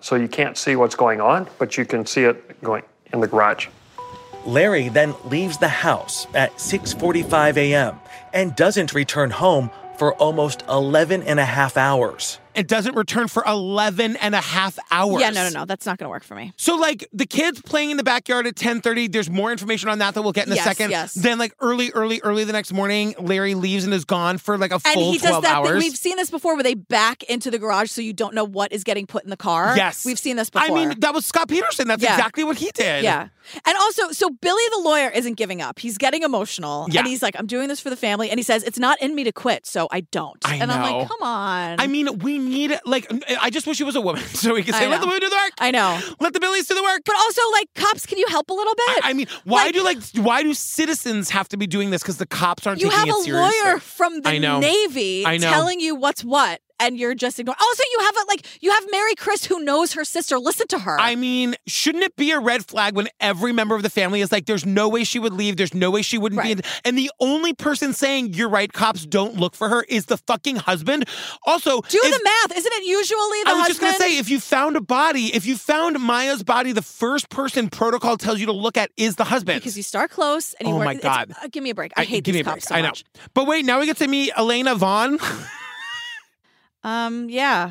Speaker 3: So you can't see what's going on, but you can see it going in the garage.
Speaker 8: Larry then leaves the house at 6:45 a.m. and doesn't return home for almost 11 and a half hours.
Speaker 1: and doesn't return for 11 and a half hours.
Speaker 2: yeah, no, no, no. That's not going to work for me.
Speaker 1: So like the kids playing in the backyard at 10:30, there's more information on that that we'll get in a
Speaker 2: Yes,
Speaker 1: second.
Speaker 2: yes.
Speaker 1: Then like early early early the next morning, Larry leaves and is gone for like a
Speaker 2: And
Speaker 1: full
Speaker 2: he
Speaker 1: 12
Speaker 2: does that
Speaker 1: hours.
Speaker 2: thing. We've seen this before where they back into the garage so you don't know what is getting put in the car.
Speaker 1: yes.
Speaker 2: We've seen this before.
Speaker 1: I mean, that was Scott Peterson. That's
Speaker 2: Yeah.
Speaker 1: exactly what he did.
Speaker 2: yeah. And also, so Billy the lawyer isn't giving up. He's getting emotional.
Speaker 1: Yeah.
Speaker 2: And he's like, I'm doing this for the family. And he says, It's not in me to quit, so I don't.
Speaker 1: I
Speaker 2: and I'm
Speaker 1: know.
Speaker 2: like, Come on.
Speaker 1: I mean, we need like I just wish he was a woman so we could say
Speaker 2: I
Speaker 1: let the
Speaker 2: know.
Speaker 1: women do the work.
Speaker 2: I know.
Speaker 1: Let the billies do the work.
Speaker 2: But also, like, cops, can you help a little
Speaker 1: I,
Speaker 2: bit?
Speaker 1: I mean, why
Speaker 2: Like-
Speaker 1: do like why do citizens have to be doing this cuz the cops aren't
Speaker 2: you
Speaker 1: taking
Speaker 2: have
Speaker 1: it
Speaker 2: a
Speaker 1: seriously?
Speaker 2: lawyer from the
Speaker 1: I know.
Speaker 2: Navy
Speaker 1: I know.
Speaker 2: telling you what's what, and you're just ignoring. Also, you have a, like you have Mary Chris who knows her sister. Listen to her.
Speaker 1: I mean, shouldn't it be a red flag when every member of the family is like, there's no way she would leave, there's no way she wouldn't be
Speaker 2: Right.
Speaker 1: in. And the only person saying, you're right, cops don't look for her is the fucking husband. Also,
Speaker 2: Do
Speaker 1: if-
Speaker 2: the math. Isn't it usually the
Speaker 1: I was just
Speaker 2: husband?
Speaker 1: gonna say, if you found a body, if you found Maya's body, the first person protocol tells you to look at is the husband.
Speaker 2: because you start close and you
Speaker 1: Oh
Speaker 2: work.
Speaker 1: my
Speaker 2: it's-
Speaker 1: God.
Speaker 2: uh, give me a break. I, hate
Speaker 1: give
Speaker 2: these
Speaker 1: me a break.
Speaker 2: cops so
Speaker 1: I know,
Speaker 2: much.
Speaker 1: but wait, now we get to meet Elena Vaughn.
Speaker 2: Um, yeah.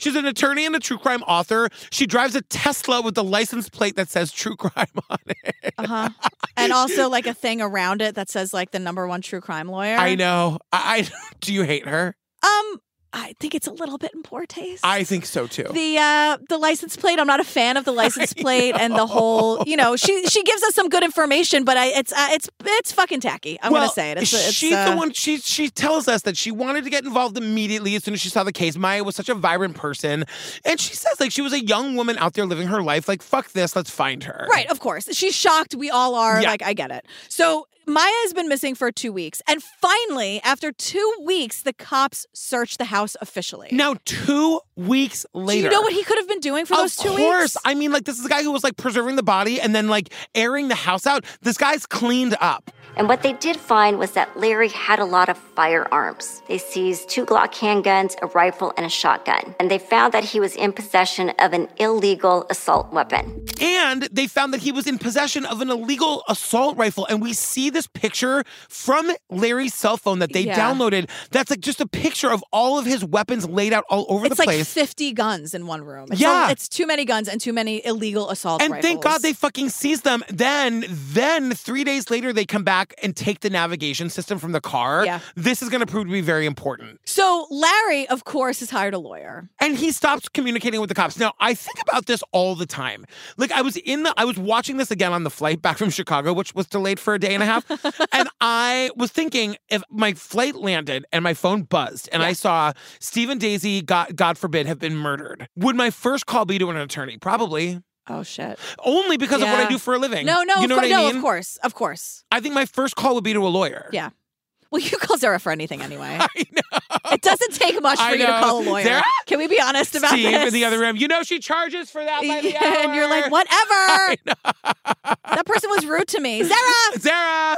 Speaker 1: She's an attorney and a true crime author. She drives a Tesla with the license plate that says true crime on it.
Speaker 2: Uh-huh. and also like a thing around it that says like the number one true crime lawyer.
Speaker 1: I know. I, I do you hate her?
Speaker 2: Um, I think it's a little bit in poor taste.
Speaker 1: I think so too.
Speaker 2: the uh the license plate i'm not a fan of the license plate and the whole you know she she gives us some good information but i it's uh, it's it's fucking tacky i'm
Speaker 1: well,
Speaker 2: gonna say it it's, it's
Speaker 1: she's
Speaker 2: uh,
Speaker 1: the one. She she tells us that she wanted to get involved immediately as soon as she saw the case. Maya was such a vibrant person, and she says like she was a young woman out there living her life. Like fuck this, let's find her.
Speaker 2: Right, of course. She's shocked. We all are.
Speaker 1: Yeah.
Speaker 2: Like, I get it. So Maya has been missing for two weeks. And finally, after two weeks, the cops search the house officially.
Speaker 1: now, two weeks
Speaker 2: Do
Speaker 1: later.
Speaker 2: you know what he could have been doing for those two
Speaker 1: of course.
Speaker 2: weeks?
Speaker 1: I mean, like, this is a guy who was like preserving the body and then like airing the house out. This guy's cleaned up.
Speaker 10: And what they did find was that Larry had a lot of firearms. They seized two Glock handguns, a rifle, and a shotgun. And they found that he was in possession of an illegal assault weapon.
Speaker 1: And they found that he was in possession of an illegal assault rifle. And we see this picture from Larry's cell phone that they
Speaker 2: Yeah.
Speaker 1: downloaded. That's like just a picture of all of his weapons laid out all over
Speaker 2: It's
Speaker 1: the
Speaker 2: like
Speaker 1: place.
Speaker 2: 50 guns in one room. It's
Speaker 1: Yeah.
Speaker 2: all- it's too many guns and too many illegal assault
Speaker 1: and thank God
Speaker 2: rifles.
Speaker 1: they fucking seized them. Then, then three days later, they come back and take the navigation system from the car.
Speaker 2: Yeah.
Speaker 1: This is going to prove to be very important.
Speaker 2: So Larry, of course, has hired a lawyer.
Speaker 1: and he stops communicating with the cops. Now, I think about this all the time. Like I was in the I was watching this again on the flight back from Chicago, which was delayed for a day and a half, and I was thinking if my flight landed and my phone buzzed and I saw Steve and Daisy, God, God forbid, have been murdered, would my first call be to an attorney? Probably.
Speaker 2: Oh shit.
Speaker 1: Only because of what I
Speaker 2: Yeah.
Speaker 1: do for a living.
Speaker 2: No, no,
Speaker 1: you
Speaker 2: of
Speaker 1: know
Speaker 2: cour-
Speaker 1: what I
Speaker 2: no,
Speaker 1: mean?
Speaker 2: of course. Of course.
Speaker 1: I think my first call would be to a lawyer.
Speaker 2: Yeah. Well, you call Zara for anything anyway.
Speaker 1: I know.
Speaker 2: It doesn't take much for
Speaker 1: I
Speaker 2: you to
Speaker 1: know.
Speaker 2: call a lawyer.
Speaker 1: Zara?
Speaker 2: Can we be honest about
Speaker 1: Steve
Speaker 2: this?
Speaker 1: in the other room. You know she charges for that by the hour.
Speaker 2: and you're like, whatever. that person was rude to me. Sarah.
Speaker 1: Zara.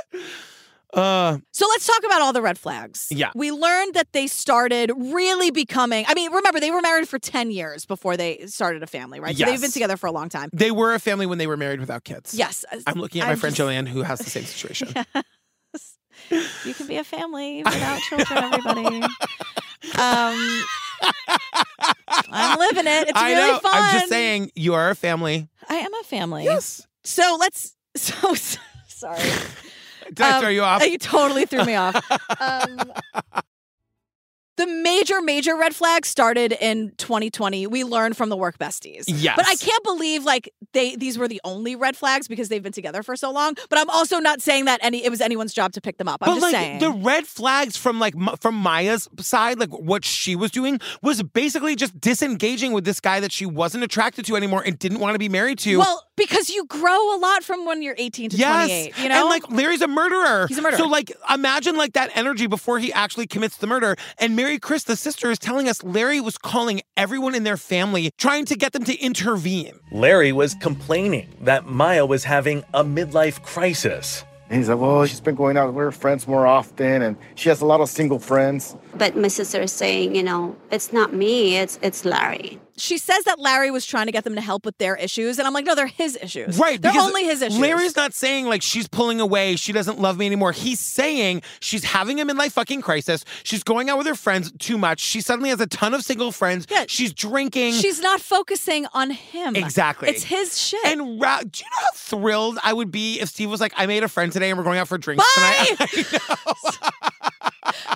Speaker 1: Uh,
Speaker 2: So let's talk about all the red flags.
Speaker 1: Yeah.
Speaker 2: We learned that they started really becoming. I mean, remember, they were married for 10 years before they started a family, right? So they've been
Speaker 1: Yes.
Speaker 2: together for a long time.
Speaker 1: they were a family when they were married without kids.
Speaker 2: Yes.
Speaker 1: I'm looking at my
Speaker 2: I'm
Speaker 1: friend
Speaker 2: just-
Speaker 1: Joanne, who has the same situation.
Speaker 2: You can be a family without children, everybody. Um, I'm living it. It's
Speaker 1: I
Speaker 2: really
Speaker 1: know.
Speaker 2: fun.
Speaker 1: I'm just saying, you are a family.
Speaker 2: I am a family.
Speaker 1: Yes.
Speaker 2: So let's. So sorry.
Speaker 1: Did I
Speaker 2: Um,
Speaker 1: throw you off?
Speaker 2: You totally threw me off. Um, the major, major red flag started in 2020. We learned from the work besties.
Speaker 1: Yes.
Speaker 2: But I can't believe like they these were the only red flags because they've been together for so long. But I'm also not saying that any it was anyone's job to pick them up. I'm
Speaker 1: but
Speaker 2: just
Speaker 1: like
Speaker 2: saying.
Speaker 1: the red flags from like Ma- from Maya's side, like what she was doing was basically just disengaging with this guy that she wasn't attracted to anymore and didn't want to be married to.
Speaker 2: well, because you grow a lot from when you're 18 to
Speaker 1: yes,
Speaker 2: 28. You know,
Speaker 1: and like Larry's a murderer.
Speaker 2: He's a murderer.
Speaker 1: So like, imagine like that energy before he actually commits the murder. And Mary Chris, the sister, is telling us Larry was calling everyone in their family, trying to get them to intervene.
Speaker 8: Larry was complaining that Maya was having a midlife crisis.
Speaker 7: And he's like, well, she's been going out with her friends more often, and she has a lot of single friends.
Speaker 6: But my sister is saying, you know, it's not me, it's it's Larry.
Speaker 2: she says that Larry was trying to get them to help with their issues, and I'm like, no, they're his issues.
Speaker 1: Right.
Speaker 2: They're
Speaker 1: because
Speaker 2: only his issues.
Speaker 1: Larry's not saying like she's pulling away, she doesn't love me anymore. He's saying she's having a midlife fucking crisis. She's going out with her friends too much. She suddenly has a ton of single friends.
Speaker 2: Yeah.
Speaker 1: She's drinking.
Speaker 2: She's not focusing on him.
Speaker 1: Exactly.
Speaker 2: It's his shit.
Speaker 1: and ra- do you know how thrilled I would be if Steve was like, I made a friend today and we're going out for drinks
Speaker 2: Bye!
Speaker 1: tonight?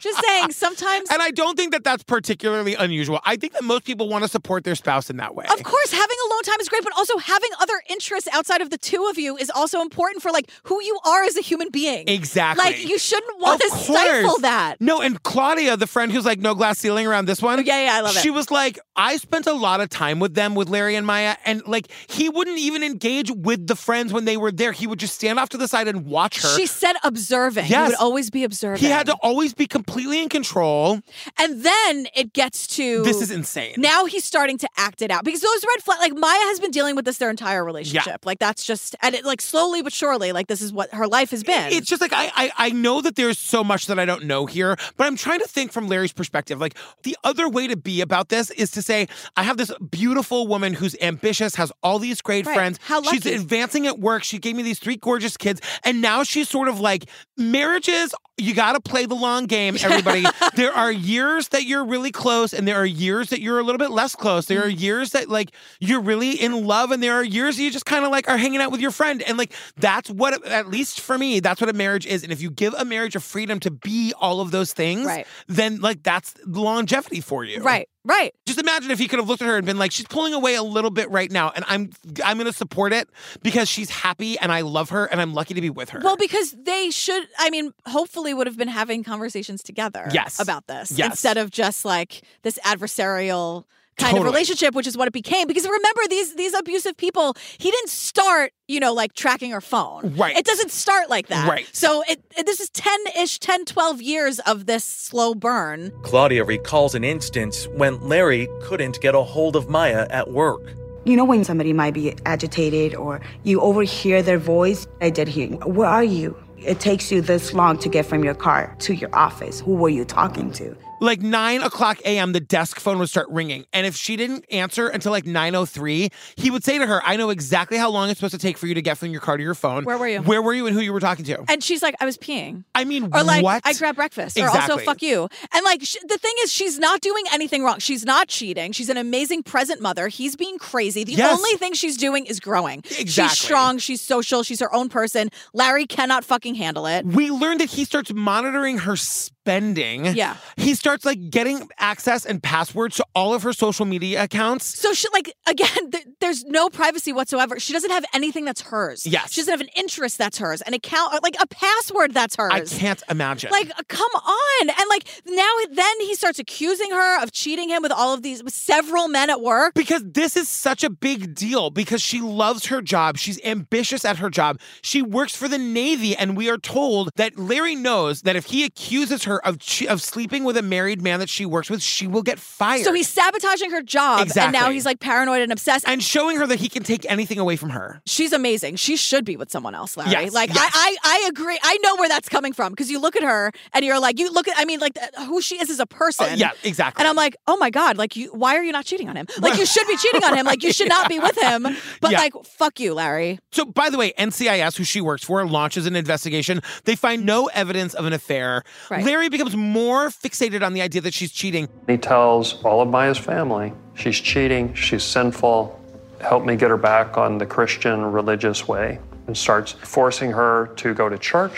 Speaker 2: Just saying, sometimes.
Speaker 1: And I don't think that that's particularly unusual. I think that most people want to support their spouse in that way.
Speaker 2: Of course, having alone time is great, but also having other interests outside of the two of you is also important for like who you are as a human being.
Speaker 1: Exactly.
Speaker 2: Like you shouldn't want
Speaker 1: Of
Speaker 2: to stifle
Speaker 1: course.
Speaker 2: that. Oh,
Speaker 1: No, and Claudia, the friend who's like no glass ceiling around this one.
Speaker 2: yeah, yeah, I love it.
Speaker 1: She was like, I spent a lot of time with them with Larry and Maya, and like he wouldn't even engage with the friends when they were there. He would just stand off to the side and watch her.
Speaker 2: She said observing. You
Speaker 1: Yes.
Speaker 2: would always be observing.
Speaker 1: he had to always be completely in control.
Speaker 2: And then it gets to
Speaker 1: This is insane.
Speaker 2: Now he's starting to act it out because those red flags, like Maya has been dealing with this their entire relationship. Like that's just, and it like slowly but surely, like this is what her life has been.
Speaker 1: It's just like I, I I know that there's so much that I don't know here, but I'm trying to think from Larry's perspective. Like the other way to be about this is to say I have this beautiful woman who's ambitious, has all these great
Speaker 2: Right.
Speaker 1: friends.
Speaker 2: How
Speaker 1: She's
Speaker 2: lucky.
Speaker 1: advancing at work. She gave me these three gorgeous kids, and now she's sort of like marriages. You got to play the long game, everybody. there are years that you're really close, and there are years that you're a little bit less close. There are
Speaker 2: Mm.
Speaker 1: years that like you're really in love, and there are years that you just kind of like are hanging out with your friend, and like that's what at least for me, that's what a marriage is. And if you give a marriage a freedom to be all of those things,
Speaker 2: Right.
Speaker 1: then like that's longevity for you,
Speaker 2: right, right.
Speaker 1: just imagine if he could have looked at her and been like, "She's pulling away a little bit right now, and I'm I'm going to support it because she's happy and I love her and I'm lucky to be with her."
Speaker 2: Well, because they should, I mean, hopefully would have been having conversations together
Speaker 1: Yes.
Speaker 2: about this
Speaker 1: Yes.
Speaker 2: instead of just like this adversarial kind
Speaker 1: Totally.
Speaker 2: of relationship, which is what it became. Because remember, these these abusive people, he didn't start, you know, like tracking her phone.
Speaker 1: Right.
Speaker 2: It doesn't start like that.
Speaker 1: Right.
Speaker 2: So it, it- this is 10 ish, 10, 12 years of this slow burn.
Speaker 8: Claudia recalls an instance when Larry couldn't get a hold of Maya at work.
Speaker 9: You know when somebody might be agitated or you overhear their voice? I did hear, where are you? It takes you this long to get from your car to your office. Who were you talking to?
Speaker 1: like nine o'clock a.m., the desk phone would start ringing, and if she didn't answer until like nine o three, he would say to her, "I know exactly how long it's supposed to take for you to get from your car to your phone.
Speaker 2: Where were you?
Speaker 1: Where were you, and who you were talking to?"
Speaker 2: And she's like, I was peeing.
Speaker 1: I mean,
Speaker 2: or like
Speaker 1: what?
Speaker 2: I grab breakfast, or also
Speaker 1: Exactly.
Speaker 2: fuck you. And like sh- the thing is, she's not doing anything wrong. She's not cheating. She's an amazing present mother. He's being crazy. The
Speaker 1: Yes.
Speaker 2: only thing she's doing is growing.
Speaker 1: Exactly.
Speaker 2: She's strong. She's social. She's her own person. Larry cannot fucking handle it.
Speaker 1: we learned that he starts monitoring her spending.
Speaker 2: Yeah.
Speaker 1: He starts like getting access and passwords to all of her social media accounts.
Speaker 2: So she like again, th- there's no privacy whatsoever. She doesn't have anything that's hers.
Speaker 1: Yes.
Speaker 2: she doesn't have an interest that's hers, an account, or, like a password that's hers.
Speaker 1: I can't imagine.
Speaker 2: Like, uh, come on. And like now, then he starts accusing her of cheating him with all of these, with several men at work.
Speaker 1: because this is such a big deal because she loves her job. She's ambitious at her job. She works for the Navy, and we are told that Larry knows that if he accuses her her of she, of sleeping with a married man that she works with, she will get fired.
Speaker 2: So he's sabotaging her job, and now
Speaker 1: Exactly.
Speaker 2: he's like paranoid and obsessed.
Speaker 1: and showing her that he can take anything away from her.
Speaker 2: She's amazing. She should be with someone else, Larry.
Speaker 1: Yes,
Speaker 2: like
Speaker 1: yes.
Speaker 2: I, I, I agree. I know where that's coming from because you look at her and you're like, you look at. I mean, like th- who she is as a person.
Speaker 1: Oh, yeah, exactly.
Speaker 2: And I'm like, oh my god, like you. Why are you not cheating on him? Like you should be cheating on him. Like you should not be with him. But
Speaker 1: Yeah.
Speaker 2: like, fuck you, Larry.
Speaker 1: So, by the way, NCIS, who she works for, launches an investigation. They find no evidence of an affair.
Speaker 2: Right.
Speaker 1: Larry becomes more fixated on the idea that she's cheating.
Speaker 3: He tells all of Maya's family she's cheating, she's sinful, help me get her back on the Christian religious way, and starts forcing her to go to church.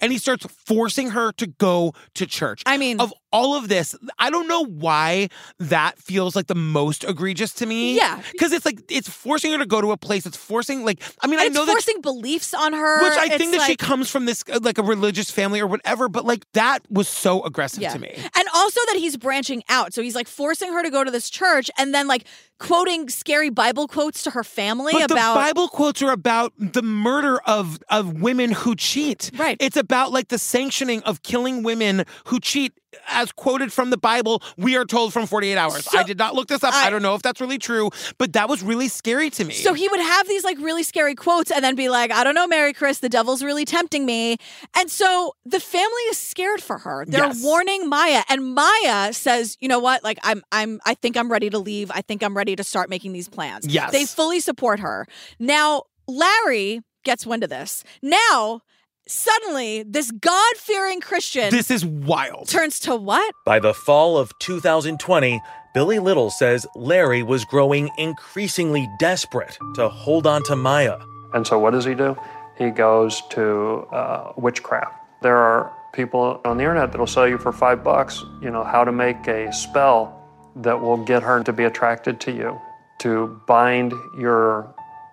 Speaker 1: And he starts forcing her to go to church.
Speaker 2: I mean-
Speaker 1: of all of this, I don't know why that feels like the most egregious to me.
Speaker 2: Yeah.
Speaker 1: Because it's like, it's forcing her to go to a place. It's forcing, like, I mean,
Speaker 2: And
Speaker 1: I
Speaker 2: it's
Speaker 1: know that.
Speaker 2: forcing beliefs on her.
Speaker 1: Which I
Speaker 2: It's
Speaker 1: think that she
Speaker 2: like-
Speaker 1: comes from this, uh, like a religious family or whatever, but like that was so aggressive to me.
Speaker 2: And also that he's branching out. So he's like forcing her to go to this church and then like quoting scary Bible quotes to her family
Speaker 1: But
Speaker 2: about
Speaker 1: the Bible quotes are about the murder of of women who cheat.
Speaker 2: Right.
Speaker 1: It's about like the sanctioning of killing women who cheat, as quoted from the Bible. We are told from Forty Eight Hours.
Speaker 2: So-
Speaker 1: I did not look this up.
Speaker 2: I-
Speaker 1: I, don't know if that's really true, but that was really scary to me.
Speaker 2: So he would have these like really scary quotes and then be like, I don't know, Mary Chris, the devil's really tempting me. And so the family is scared for her. They're
Speaker 1: Yes.
Speaker 2: warning Maya. And Maya says, you know what? Like I'm I'm I think I'm ready to leave. I think I'm ready to start making these plans.
Speaker 1: Yes.
Speaker 2: They fully support her. Now, Larry gets wind of this. Now, suddenly, this God fearing Christian
Speaker 1: this is wild.
Speaker 2: turns to what?
Speaker 8: By the fall of 2020, Billy Little says Larry was growing increasingly desperate to hold on to Maya.
Speaker 3: And so, what does he do? He goes to uh, witchcraft. There are people on the internet that'll sell you for five bucks, you know, how to make a spell that will get her to be attracted to you, to bind your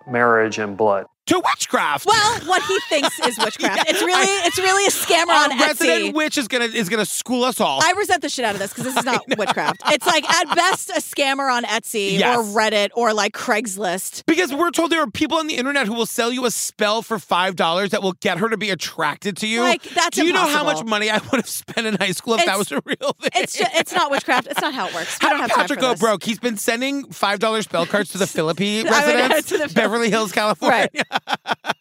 Speaker 3: marriage in blood.
Speaker 1: to witchcraft.
Speaker 2: Well, what he thinks is witchcraft. It's really it's really a scammer
Speaker 1: Our
Speaker 2: on Etsy.
Speaker 1: resident witch is gonna is gonna school us all.
Speaker 2: I resent the shit out of this because this is not witchcraft. It's like at best a scammer on Etsy
Speaker 1: Yes.
Speaker 2: or Reddit or like Craigslist.
Speaker 1: because we're told there are people on the internet who will sell you a spell for five dollars that will get her to be attracted to you.
Speaker 2: Like, that's
Speaker 1: Do you know how much
Speaker 2: impossible.
Speaker 1: money I would have spent in high school if
Speaker 2: It's-
Speaker 1: that was a real thing?
Speaker 2: It's just, it's not witchcraft. It's not how it works. We
Speaker 1: How
Speaker 2: don't
Speaker 1: did
Speaker 2: have
Speaker 1: Patrick
Speaker 2: time
Speaker 1: go
Speaker 2: for this.
Speaker 1: broke? He's been sending five dollar spell cards to the Philippine
Speaker 2: I mean,
Speaker 1: residents,
Speaker 2: to the
Speaker 1: Beverly Hills, California.
Speaker 2: Right.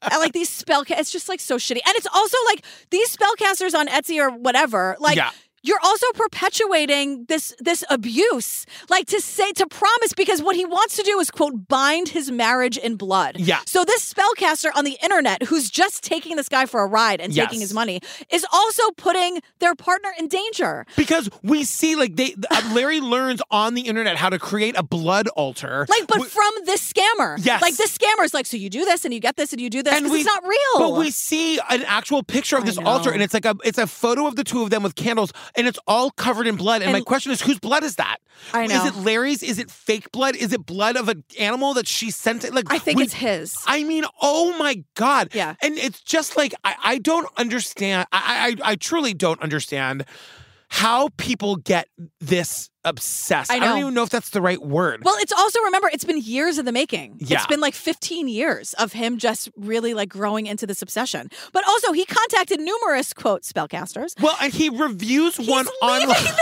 Speaker 2: And like these spellcast, it's just like so shitty. And it's also like these spellcasters on Etsy or whatever, like.
Speaker 1: Yeah.
Speaker 2: You're also perpetuating this this abuse, like to say to promise, because what he wants to do is quote bind his marriage in blood.
Speaker 1: Yeah.
Speaker 2: So this spellcaster on the internet, who's just taking this guy for a ride and taking
Speaker 1: Yes.
Speaker 2: his money, is also putting their partner in danger.
Speaker 1: Because we see like they uh, Larry learns on the internet how to create a blood altar.
Speaker 2: Like, but
Speaker 1: We-
Speaker 2: from this scammer.
Speaker 1: Yes.
Speaker 2: Like this scammer's like, so you do this and you get this and you do this.
Speaker 1: And
Speaker 2: 'cause
Speaker 1: we-
Speaker 2: it's not real.
Speaker 1: But we see an actual picture of
Speaker 2: I
Speaker 1: this altar,
Speaker 2: know.
Speaker 1: and it's like a it's a photo of the two of them with candles, and it's all covered in blood. And, my
Speaker 2: And-
Speaker 1: question is, whose blood is that?
Speaker 2: I know.
Speaker 1: Is it Larry's? Is it fake blood? Is it blood of an animal that she sent? It? Like
Speaker 2: I think
Speaker 1: we-
Speaker 2: it's his.
Speaker 1: I mean, oh my God.
Speaker 2: Yeah.
Speaker 1: And it's just like I, I don't understand. I, I I truly don't understand how people get this obsessed.
Speaker 2: I know.
Speaker 1: don't even know if that's the right word.
Speaker 2: Well, it's also remember it's been years in the making. It's
Speaker 1: Yeah.
Speaker 2: been like 15 years of him just really like growing into this obsession. But also he contacted numerous quote spellcasters.
Speaker 1: Well, and he reviews
Speaker 2: He's
Speaker 1: one
Speaker 2: leaving
Speaker 1: online.
Speaker 2: them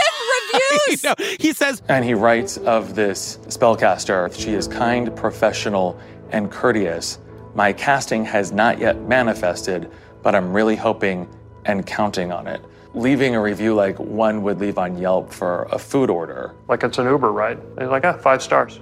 Speaker 2: reviews.
Speaker 1: I know. He says,
Speaker 5: And he writes of this spellcaster She is kind, professional, and courteous. My casting has not yet manifested, but I'm really hoping and counting on it. Leaving a review like one would leave on Yelp for a food order.
Speaker 3: Like it's an Uber ride. And he's like, ah, five stars.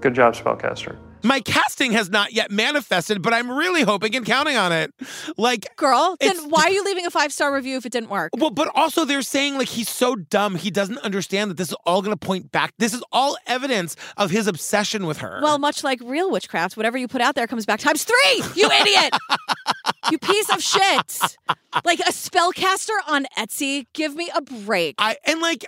Speaker 3: Good job, spellcaster.
Speaker 1: My casting has not yet manifested, but I'm really hoping and counting on it. Like,
Speaker 2: Girl,
Speaker 1: It's-
Speaker 2: then why are you leaving a five star review if it didn't work?
Speaker 1: well, but also they're saying like he's so dumb, he doesn't understand that this is all going to point back. This is all evidence of his obsession with her.
Speaker 2: Well, much like real witchcraft, whatever you put out there comes back times three, you idiot! you piece of shit. Like a spellcaster on Etsy, give me a break.
Speaker 1: I and like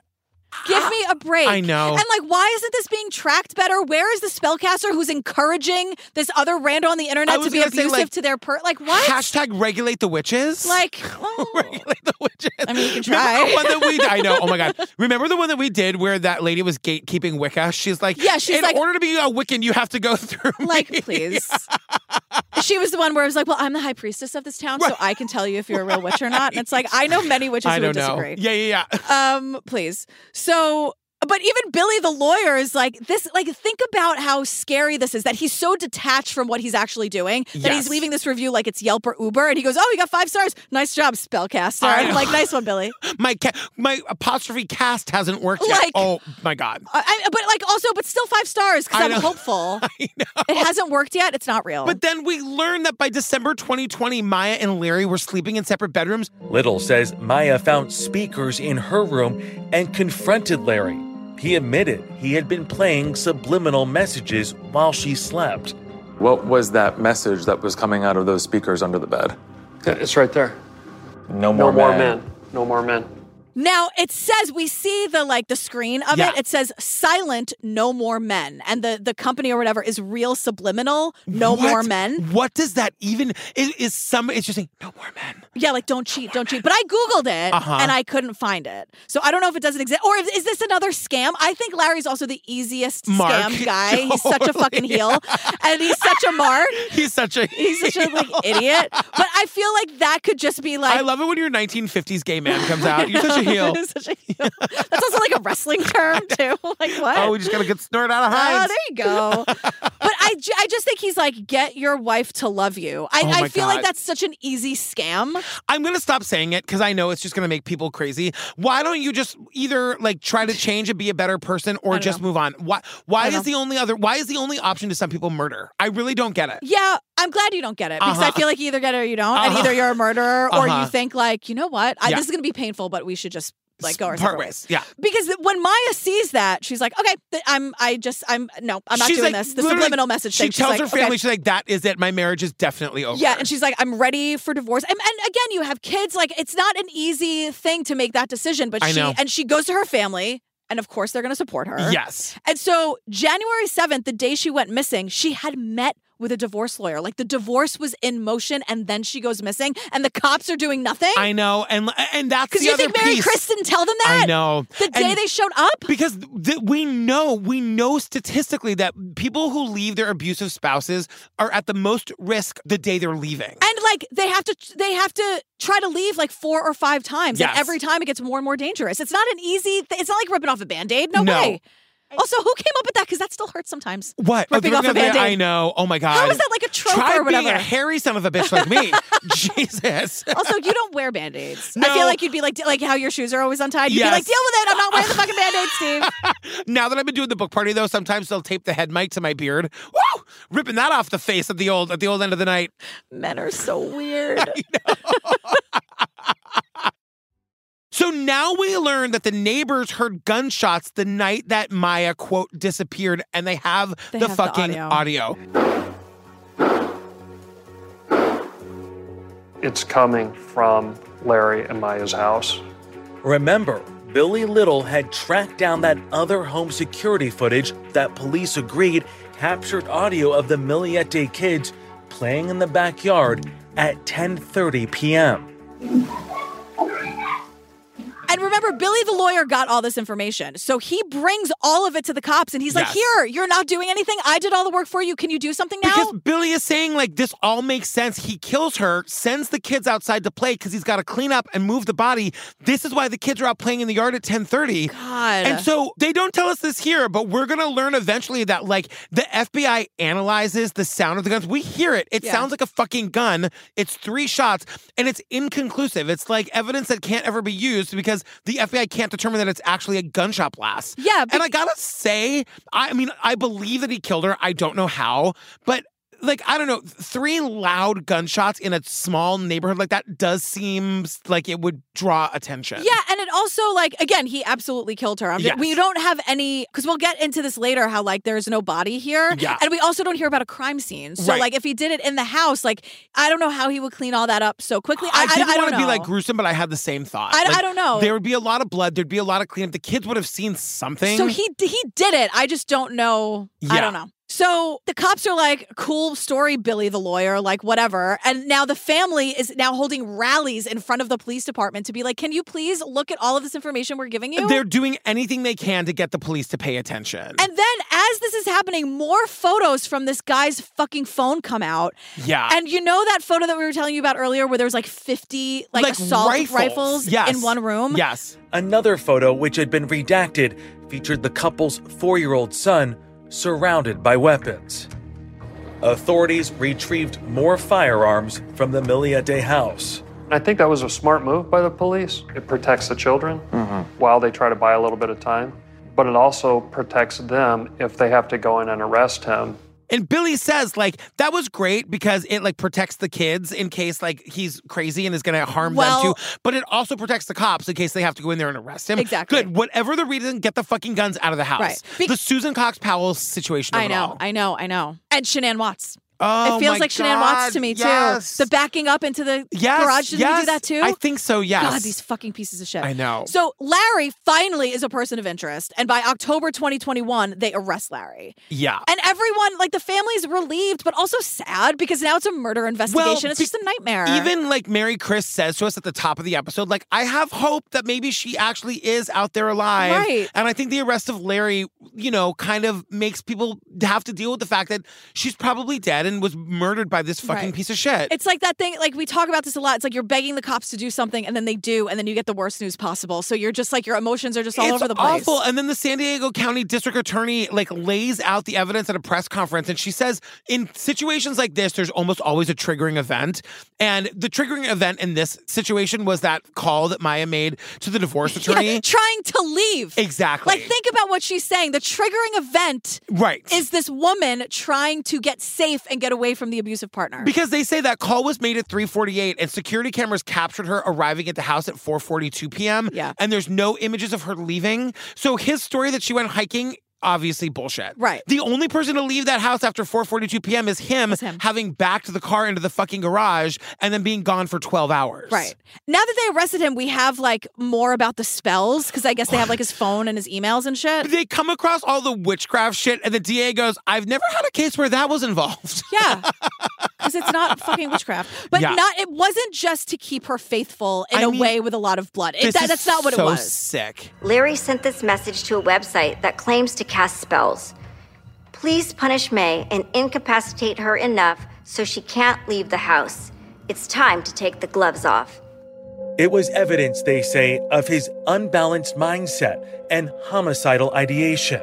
Speaker 2: Give me a break.
Speaker 1: Ah, I know.
Speaker 2: And like, why isn't this being tracked better? Where is the spellcaster who's encouraging this other rando on the
Speaker 1: I
Speaker 2: internet to
Speaker 1: was
Speaker 2: be
Speaker 1: gonna
Speaker 2: abusive
Speaker 1: say, like,
Speaker 2: to their per? Like, what?
Speaker 1: hashtag regulate the witches.
Speaker 2: like, oh.
Speaker 1: regulate the witches.
Speaker 2: I mean, you can
Speaker 1: Remember
Speaker 2: try.
Speaker 1: the one that we I know. Oh my god. Remember the one that we did where that lady was gatekeeping Wicca? She's like,
Speaker 2: Yeah, she's
Speaker 1: in
Speaker 2: like-
Speaker 1: order to be a Wiccan, you have to go through. me."
Speaker 2: like, please. she was the one where I was like, "Well, I'm the high priestess of this town, so I can tell you if you're a real witch or not." And it's like I know many witches
Speaker 1: I
Speaker 2: who would
Speaker 1: don't know.
Speaker 2: disagree.
Speaker 1: Yeah, yeah, yeah.
Speaker 2: Um, please. So, but even Billy the lawyer is like this. Like, think about how scary this is. That he's so detached from what he's actually doing that
Speaker 1: Yes.
Speaker 2: he's leaving this review like it's Yelp or Uber, and he goes, "Oh, you got five stars. Nice job, spellcaster."
Speaker 1: I
Speaker 2: I'm
Speaker 1: know.
Speaker 2: like, "Nice one, Billy."
Speaker 1: My ca- my apostrophe cast hasn't worked yet.
Speaker 2: Like-
Speaker 1: oh my god.
Speaker 2: I, I- but like, also, but still five stars because
Speaker 1: I
Speaker 2: I'm
Speaker 1: know.
Speaker 2: hopeful. It hasn't worked yet. It's not real.
Speaker 1: But then we learned that by December 2020, Maya and Larry were sleeping in separate bedrooms.
Speaker 8: Little says Maya found speakers in her room and confronted Larry. He admitted he had been playing subliminal messages while she slept.
Speaker 5: What was that message that was coming out of those speakers under the bed?
Speaker 3: Yeah, It's right there. No
Speaker 5: No more,
Speaker 3: more men. No more men.
Speaker 2: Now it says we see the like the screen of
Speaker 1: Yeah.
Speaker 2: it. It says silent, no more men, and the the company or whatever is real subliminal, no
Speaker 1: What-
Speaker 2: more men.
Speaker 1: What does that even is, is some it's just saying no more men.
Speaker 2: Yeah, like don't cheat, don't cheat. But I googled it
Speaker 1: Uh-huh.
Speaker 2: and I couldn't find it, so I don't know if it doesn't exist or if, is this another scam? I think Larry's also the easiest
Speaker 1: Mark.
Speaker 2: scam guy. He's such a fucking heel, and he's such a mark.
Speaker 1: He's such a
Speaker 2: He's such a like idiot. But I feel like that could just be like
Speaker 1: I love it when your 1950s gay man comes out. You're such a heel.
Speaker 2: Such a heel. That's also like a wrestling term too. Like what?
Speaker 1: Oh, we just gotta get snort out of
Speaker 2: Oh,
Speaker 1: Heinz.
Speaker 2: there you go. but I, ju- I just think he's like, get your wife to love you. I,
Speaker 1: Oh, my
Speaker 2: I feel like
Speaker 1: God.
Speaker 2: that's such an easy scam.
Speaker 1: I'm gonna stop saying it because I know it's just gonna make people crazy. Why don't you just either like try to change and be a better person, or
Speaker 2: don't
Speaker 1: just
Speaker 2: know.
Speaker 1: move on? Why? Why
Speaker 2: don't
Speaker 1: is the only other? Why is the only option to some people murder? I really don't get it.
Speaker 2: Yeah, I'm glad you don't get it because I
Speaker 1: Uh-huh.
Speaker 2: feel like you either get it or you don't, and
Speaker 1: Uh-huh.
Speaker 2: either you're a murderer or you
Speaker 1: Uh-huh.
Speaker 2: think like, you know what, I,
Speaker 1: Yeah.
Speaker 2: this is gonna be painful, but we should just like go our
Speaker 1: part
Speaker 2: separate ways.
Speaker 1: ways. Yeah.
Speaker 2: Because when Maya sees that, she's like, okay, th- I'm, I just, I'm, no, I'm not
Speaker 1: She's
Speaker 2: doing
Speaker 1: like,
Speaker 2: this. The
Speaker 1: literally-
Speaker 2: subliminal message.
Speaker 1: She
Speaker 2: thing. She's
Speaker 1: tells
Speaker 2: like,
Speaker 1: her family,
Speaker 2: okay.
Speaker 1: she's like, "That is it. My marriage is definitely over."
Speaker 2: Yeah, and she's like, I'm ready for divorce. And, and again, you have kids. Like, it's not an easy thing to make that decision. But
Speaker 1: I
Speaker 2: she
Speaker 1: know.
Speaker 2: and she goes to her family, and of course, they're going to support her.
Speaker 1: yes.
Speaker 2: And so, January seventh, the day she went missing, she had met with a divorce lawyer. Like, the divorce was in motion, and then she goes missing, and the cops are doing nothing.
Speaker 1: I know, and and that's
Speaker 2: Because
Speaker 1: the
Speaker 2: you
Speaker 1: other
Speaker 2: think Mary
Speaker 1: piece.
Speaker 2: Chris didn't tell them that?
Speaker 1: I know.
Speaker 2: The day
Speaker 1: And-
Speaker 2: they showed up.
Speaker 1: because th- we know we know statistically that people who leave their abusive spouses are at the most risk the day they're leaving.
Speaker 2: And like they have to, they have to try to leave like four or five times,
Speaker 1: Yes.
Speaker 2: and every time it gets more and more dangerous. It's not an easy. Th- it's not like ripping off a band aid. No,
Speaker 1: No.
Speaker 2: way. Also, who came up with that? Because that still hurts sometimes.
Speaker 1: What? Oh,
Speaker 2: Ripping
Speaker 1: they're
Speaker 2: off a
Speaker 1: gonna say,
Speaker 2: Band-Aid.
Speaker 1: I know. Oh my god.
Speaker 2: How is that like a trope
Speaker 1: Try
Speaker 2: or whatever?
Speaker 1: being a hairy son of a bitch like me. Jesus.
Speaker 2: also, you don't wear band aids. I
Speaker 1: No.
Speaker 2: feel like you'd be like, like how your shoes are always untied. You'd be
Speaker 1: Yes.
Speaker 2: like, deal with it. I'm not wearing the fucking band aid, Steve.
Speaker 1: Now that I've been doing the book party though, sometimes they'll tape the head mic to my beard. Woo! Ripping that off the face at the old at the old end of the night.
Speaker 2: Men are so weird.
Speaker 1: So now we learn that the neighbors heard gunshots the night that Maya quote disappeared, and they have
Speaker 2: They
Speaker 1: the
Speaker 2: have the
Speaker 1: fucking
Speaker 2: audio.
Speaker 1: audio.
Speaker 3: It's coming from Larry and Maya's house.
Speaker 8: Remember, Billy Little had tracked down that other home security footage that police agreed captured audio of the Miliete kids playing in the backyard at 10:30 p.m.
Speaker 2: And remember, Billy the lawyer got all this information. So he brings all of it to the cops and he's like,
Speaker 1: Yes.
Speaker 2: Here, you're not doing anything. I did all the work for you. Can you do something now?
Speaker 1: Because Billy is saying, like, this all makes sense. He kills her, sends the kids outside to play because he's got to clean up and move the body. This is why the kids are out playing in the yard at 1030.
Speaker 2: God.
Speaker 1: And so they don't tell us this here, but we're going to learn eventually that, like, the FBI analyzes the sound of the guns. We hear it. It
Speaker 2: Yeah.
Speaker 1: sounds like a fucking gun. It's three shots and it's inconclusive. It's like evidence that can't ever be used because the FBI can't determine that it's actually a gunshot blast.
Speaker 2: Yeah,
Speaker 1: And I gotta say, I mean, I believe that he killed her. I don't know how, but like, I don't know, three loud gunshots in a small neighborhood like that does seem like it would draw attention.
Speaker 2: Yeah, and it also like again, he absolutely killed her. I'm
Speaker 1: Yes.
Speaker 2: We don't have any because we'll get into this later. How like there's no body here,
Speaker 1: Yeah.
Speaker 2: and we also don't hear about a crime scene. So
Speaker 1: Right.
Speaker 2: like if he did it in the house, like I don't know how he would clean all that up so quickly. I,
Speaker 1: I didn't
Speaker 2: I, I don't
Speaker 1: want to be
Speaker 2: know.
Speaker 1: like gruesome, but I had the same thought.
Speaker 2: I- I
Speaker 1: Like,
Speaker 2: don't know.
Speaker 1: There would be a lot of blood. There'd be a lot of cleanup. The kids would have seen something.
Speaker 2: So he he did it. I just don't know. I
Speaker 1: Yeah.
Speaker 2: don't know. So the cops are like, cool story, Billy the lawyer, like whatever. And now the family is now holding rallies in front of the police department to be like, can you please look at all of this information we're giving you?
Speaker 1: They're doing anything they can to get the police to pay attention.
Speaker 2: And then as this is happening, more photos from this guy's fucking phone come out.
Speaker 1: Yeah.
Speaker 2: And you know that photo that we were telling you about earlier where there was like 50 like, assault rifles,
Speaker 1: Yes.
Speaker 2: in one room?
Speaker 1: Yes.
Speaker 8: Another photo, which had been redacted, featured the couple's four year old son surrounded by weapons. Authorities retrieved more firearms from the Miliate house.
Speaker 3: I think that was a smart move by the police. It protects the children while they try to buy a little bit of time, but it also protects them if they have to go in and arrest him.
Speaker 1: And Billy says, like, that was great because it like protects the kids in case like he's crazy and is gonna harm them too.
Speaker 2: Well-
Speaker 1: But it also protects the cops in case they have to go in there and arrest him.
Speaker 2: Exactly.
Speaker 1: Good. Whatever the reason, get the fucking guns out of the house.
Speaker 2: Right. Be-
Speaker 1: the Susan Cox Powell situation. Of
Speaker 2: I
Speaker 1: it
Speaker 2: know,
Speaker 1: all.
Speaker 2: I know, I know. And Shanann Watts.
Speaker 1: Oh,
Speaker 2: it feels
Speaker 1: my
Speaker 2: like Shanann Watts to
Speaker 1: God,
Speaker 2: me
Speaker 1: yes.
Speaker 2: too. The backing up into the
Speaker 1: Yes,
Speaker 2: garage. Didn't
Speaker 1: yes,
Speaker 2: we do that too?
Speaker 1: I think so. Yes.
Speaker 2: God, these fucking pieces of shit.
Speaker 1: I know.
Speaker 2: So Larry finally is a person of interest, and by October 2021, they arrest Larry.
Speaker 1: yeah.
Speaker 2: And everyone, like the family's relieved, but also sad because now it's a murder investigation. it's
Speaker 1: be-
Speaker 2: just a nightmare.
Speaker 1: Even like Mary Chris says to us at the top of the episode, like, I have hope that maybe she actually is out there alive.
Speaker 2: Right.
Speaker 1: And I think the arrest of Larry, you know, kind of makes people have to deal with the fact that she's probably dead and was murdered by this fucking
Speaker 2: Right.
Speaker 1: piece of shit.
Speaker 2: it's like that thing, like we talk about this a lot. It's like you're begging the cops to do something, and then they do, and then you get the worst news possible. So you're just like your emotions are just all
Speaker 1: It's
Speaker 2: over the place.
Speaker 1: awful. And then the San Diego County District Attorney like lays out the evidence at a press conference, and she says in situations like this, there's almost always a triggering event. And the triggering event in this situation was that call that Maya made to the divorce attorney.
Speaker 2: Yeah, trying to leave.
Speaker 1: Exactly.
Speaker 2: Like, think about what she's saying. The triggering event
Speaker 1: right.
Speaker 2: is this woman trying to get safe and get away from the abusive partner.
Speaker 1: because they say that call was made at 3:48 and security cameras captured her arriving at the house at 4:42 p.m.
Speaker 2: Yeah.
Speaker 1: and there's no images of her leaving. So his story that she went hiking obviously bullshit.
Speaker 2: Right.
Speaker 1: The only person to leave that house after 4:42 p.m. is him,
Speaker 2: Is him.
Speaker 1: having backed the car into the fucking garage and then being gone for 12 hours.
Speaker 2: Right. Now that they arrested him, we have like more about the spells because I guess they have like his phone and his emails and shit.
Speaker 1: They come across all the witchcraft shit and the DA goes, "I've never had a case where that was involved."
Speaker 2: Yeah. Because it's not fucking witchcraft. But
Speaker 1: Yeah.
Speaker 2: not it wasn't just to keep her faithful in
Speaker 1: I
Speaker 2: a
Speaker 1: mean,
Speaker 2: way with a lot of blood. It-
Speaker 1: This
Speaker 2: that-
Speaker 1: is
Speaker 2: that's not what
Speaker 1: so
Speaker 2: it was.
Speaker 1: sick.
Speaker 10: Larry sent this message to a website that claims to cast spells. Please punish May and incapacitate her enough so she can't leave the house. It's time to take the gloves off.
Speaker 8: It was evidence, they say, of his unbalanced mindset and homicidal ideation.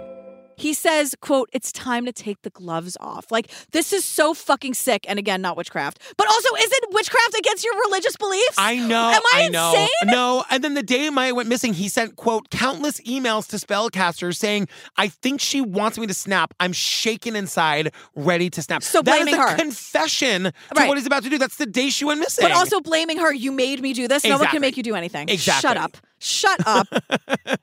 Speaker 2: He says, quote, it's time to take the gloves off. Like, this is so fucking sick. And again, not witchcraft. But also, isn't witchcraft against your religious beliefs?
Speaker 1: I know.
Speaker 2: Am I,
Speaker 1: know.
Speaker 2: insane?
Speaker 1: No. And then the day Maya went missing, he sent, quote, countless emails to spellcasters saying, I think she wants me to snap. I'm shaken inside, ready to snap.
Speaker 2: So
Speaker 1: that is
Speaker 2: blaming
Speaker 1: a
Speaker 2: her.
Speaker 1: confession to
Speaker 2: Right.
Speaker 1: what he's about to do. That's the day she went missing.
Speaker 2: But also blaming her, you made me do this. No one
Speaker 1: Exactly.
Speaker 2: can make you do anything.
Speaker 1: Exactly.
Speaker 2: Shut up. Shut up.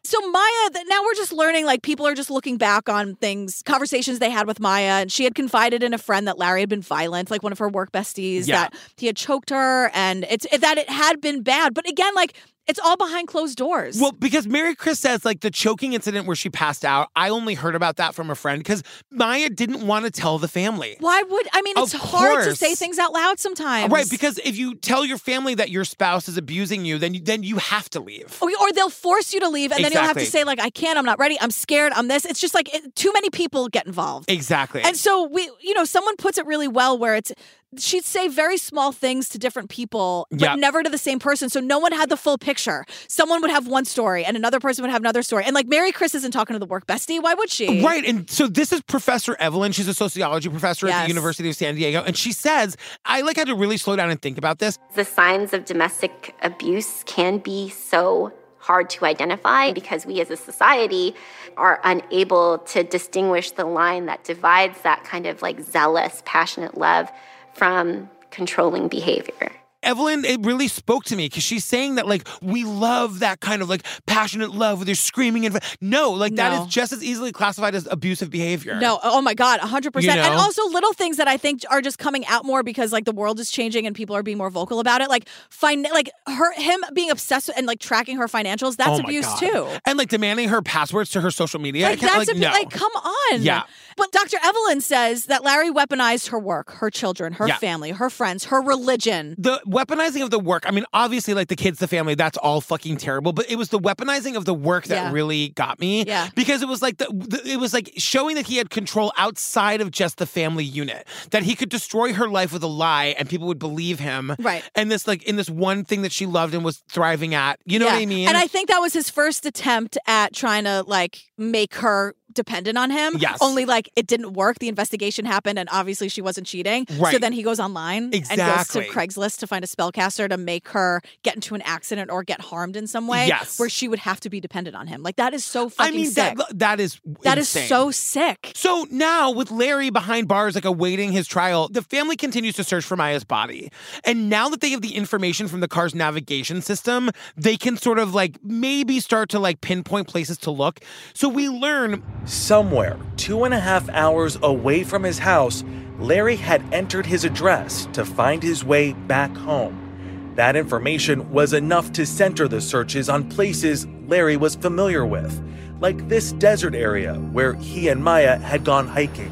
Speaker 2: so Maya, th- now we're just learning like people are just looking back on things, conversations they had with Maya, and she had confided in a friend that Larry had been violent, like one of her work besties,
Speaker 1: Yeah.
Speaker 2: that he had choked her, and it's it, that it had been bad. But again, like it's all behind closed doors.
Speaker 1: Well, because Mary Chris says, like, the choking incident where she passed out, I only heard about that from a friend because Maya didn't want to tell the family.
Speaker 2: why would I mean? It's
Speaker 1: Of
Speaker 2: hard to
Speaker 1: course.
Speaker 2: say things out loud sometimes,
Speaker 1: Right, because if you tell your family that your spouse is abusing you, then you, then you have to leave.
Speaker 2: Or, or they'll force you to leave, and then you'll have to
Speaker 1: Exactly.
Speaker 2: say like, "I can't. I'm not ready. I'm scared. I'm this." It's just like it, too many people get involved.
Speaker 1: Exactly.
Speaker 2: And so we, you know, someone puts it really well where it's she'd say very small things to different people, but
Speaker 1: Yeah.
Speaker 2: never to the same person. So no one had the full picture. Someone would have one story and another person would have another story. And like Mary Chris isn't talking to the work bestie. Why would she?
Speaker 1: Right. And so this is Professor Evelyn. She's a sociology professor at the
Speaker 2: Yes.
Speaker 1: University of San Diego. And she says, I like had to really slow down and think about this.
Speaker 11: The signs of domestic abuse can be so hard to identify because we as a society are unable to distinguish the line that divides that kind of like zealous, passionate love from controlling behavior.
Speaker 1: Evelyn, it really spoke to me because she's saying that, like, we love that kind of like passionate love where they're screaming and no, like, that
Speaker 2: No.
Speaker 1: is just as easily classified as abusive behavior.
Speaker 2: No, oh my God, 100%.
Speaker 1: You
Speaker 2: And
Speaker 1: know?
Speaker 2: also little things that I think are just coming out more because like the world is changing and people are being more vocal about it. Like find like her him being obsessed and like tracking her financials, that's
Speaker 1: Oh my
Speaker 2: abuse
Speaker 1: God.
Speaker 2: too.
Speaker 1: And like demanding her passwords to her social media.
Speaker 2: Like
Speaker 1: account,
Speaker 2: that's
Speaker 1: like,
Speaker 2: a,
Speaker 1: no.
Speaker 2: like come on.
Speaker 1: Yeah.
Speaker 2: But Dr. Evelyn says that Larry weaponized her work, her children, her
Speaker 1: Yeah.
Speaker 2: family, her friends, her religion.
Speaker 1: the weaponizing of the work. I mean, obviously, like the kids, the family, that's all fucking terrible. But it was the weaponizing of the work that
Speaker 2: Yeah.
Speaker 1: really got me.
Speaker 2: Yeah.
Speaker 1: Because it was like the, the it was like showing that he had control outside of just the family unit. That he could destroy her life with a lie and people would believe him.
Speaker 2: Right.
Speaker 1: And this like in this one thing that she loved and was thriving at. You know
Speaker 2: Yeah.
Speaker 1: what I mean?
Speaker 2: And I think that was his first attempt at trying to like make her dependent on him.
Speaker 1: Yes.
Speaker 2: Only like it didn't work. The investigation happened, and obviously she wasn't cheating. So
Speaker 1: Right.
Speaker 2: then he goes online and goes to
Speaker 1: Exactly.
Speaker 2: Craigslist to find a spellcaster to make her get into an accident or get harmed in some way.
Speaker 1: Yes.
Speaker 2: Where she would have to be dependent on him. Like that is so
Speaker 1: I
Speaker 2: fucking
Speaker 1: mean
Speaker 2: sick.
Speaker 1: that that is
Speaker 2: That is
Speaker 1: insane.
Speaker 2: so sick.
Speaker 1: So now, with Larry behind bars, like awaiting his trial, the family continues to search for Maya's body. And now that they have the information from the car's navigation system, they can sort of like maybe start to like pinpoint places to look. So we learn
Speaker 8: Somewhere two and a half hours away from his house, Larry had entered his address to find his way back home. That information was enough to center the searches on places Larry was familiar with, like this desert area where he and Maya had gone hiking.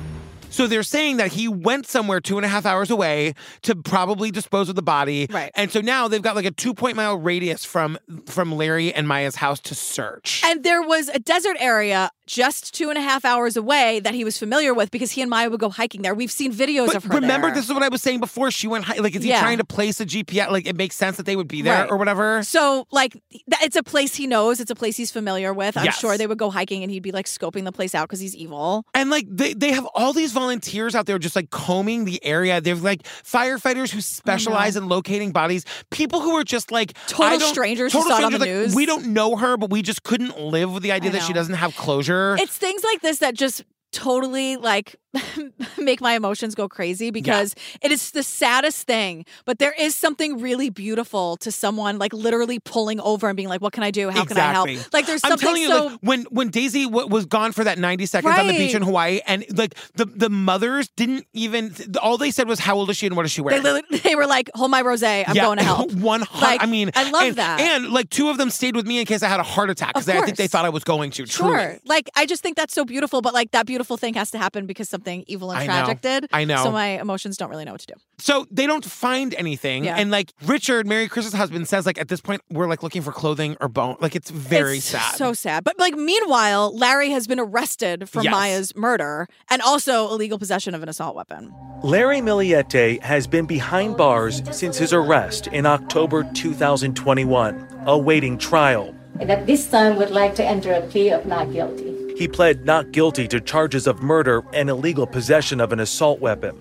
Speaker 1: So they're saying that he went somewhere two and a half hours away to probably dispose of the body. Right. And so now they've got like a two point mile radius from from Larry and Maya's house to search.
Speaker 2: And there was a desert area just two and a half hours away that he was familiar with because he and Maya would go hiking there. We've seen videos
Speaker 1: But
Speaker 2: of her.
Speaker 1: remember,
Speaker 2: there.
Speaker 1: this is what I was saying before. She went hi- like, is he
Speaker 2: Yeah.
Speaker 1: trying to place a GPS? Like, it makes sense that they would be there
Speaker 2: Right.
Speaker 1: or whatever.
Speaker 2: So, like, th- it's a place he knows. It's a place he's familiar with. I'm
Speaker 1: Yes.
Speaker 2: sure they would go hiking and he'd be like scoping the place out because he's evil.
Speaker 1: And like they, they have all these volunteers out there just like combing the area. They're like firefighters who specialize in locating bodies, people who are just like
Speaker 2: Total
Speaker 1: I don't-
Speaker 2: strangers who saw it on the
Speaker 1: like,
Speaker 2: news.
Speaker 1: We don't know her, but we just couldn't live with the idea that she
Speaker 2: know.
Speaker 1: doesn't have closure.
Speaker 2: It's things like this that just totally like make my emotions go crazy because it is the saddest thing but there is something really beautiful to someone like literally pulling over and being like what can i do how can i help like there's
Speaker 1: I'm
Speaker 2: something
Speaker 1: telling you,
Speaker 2: so
Speaker 1: like, when when Daisy w- was gone for that 90 seconds on the beach
Speaker 2: Right.
Speaker 1: in Hawaii, and like the the mothers didn't even all they said was how old is she and what is she
Speaker 2: they,
Speaker 1: wearing.
Speaker 2: literally, they were like hold my rose i'm going to help
Speaker 1: One hundred.
Speaker 2: Like,
Speaker 1: I mean,
Speaker 2: I love
Speaker 1: and-
Speaker 2: that.
Speaker 1: And like two of them stayed with me in case I had a heart attack because
Speaker 2: Of
Speaker 1: I think
Speaker 2: course.
Speaker 1: they thought I was going to.
Speaker 2: Sure.
Speaker 1: Truly.
Speaker 2: Like I just think that's so beautiful, but like that beautiful thing has to happen because something evil and
Speaker 1: I know.
Speaker 2: tragic did.
Speaker 1: I know.
Speaker 2: So my emotions don't really know what to do.
Speaker 1: So they don't find anything,
Speaker 2: Yeah.
Speaker 1: and like Richard, Mary Chris's husband, says like at this point we're like looking for clothing or bone. Like it's very
Speaker 2: It's
Speaker 1: sad.
Speaker 2: So sad. But like meanwhile, Larry has been arrested for
Speaker 8: Yes.
Speaker 2: Maya's murder and also illegal possession of an assault weapon.
Speaker 8: Larry Miliete has been behind bars since his arrest in October 2021, awaiting trial.
Speaker 12: and at this time would like to enter a plea of not guilty.
Speaker 8: He pled not guilty to charges of murder and illegal possession of an assault weapon.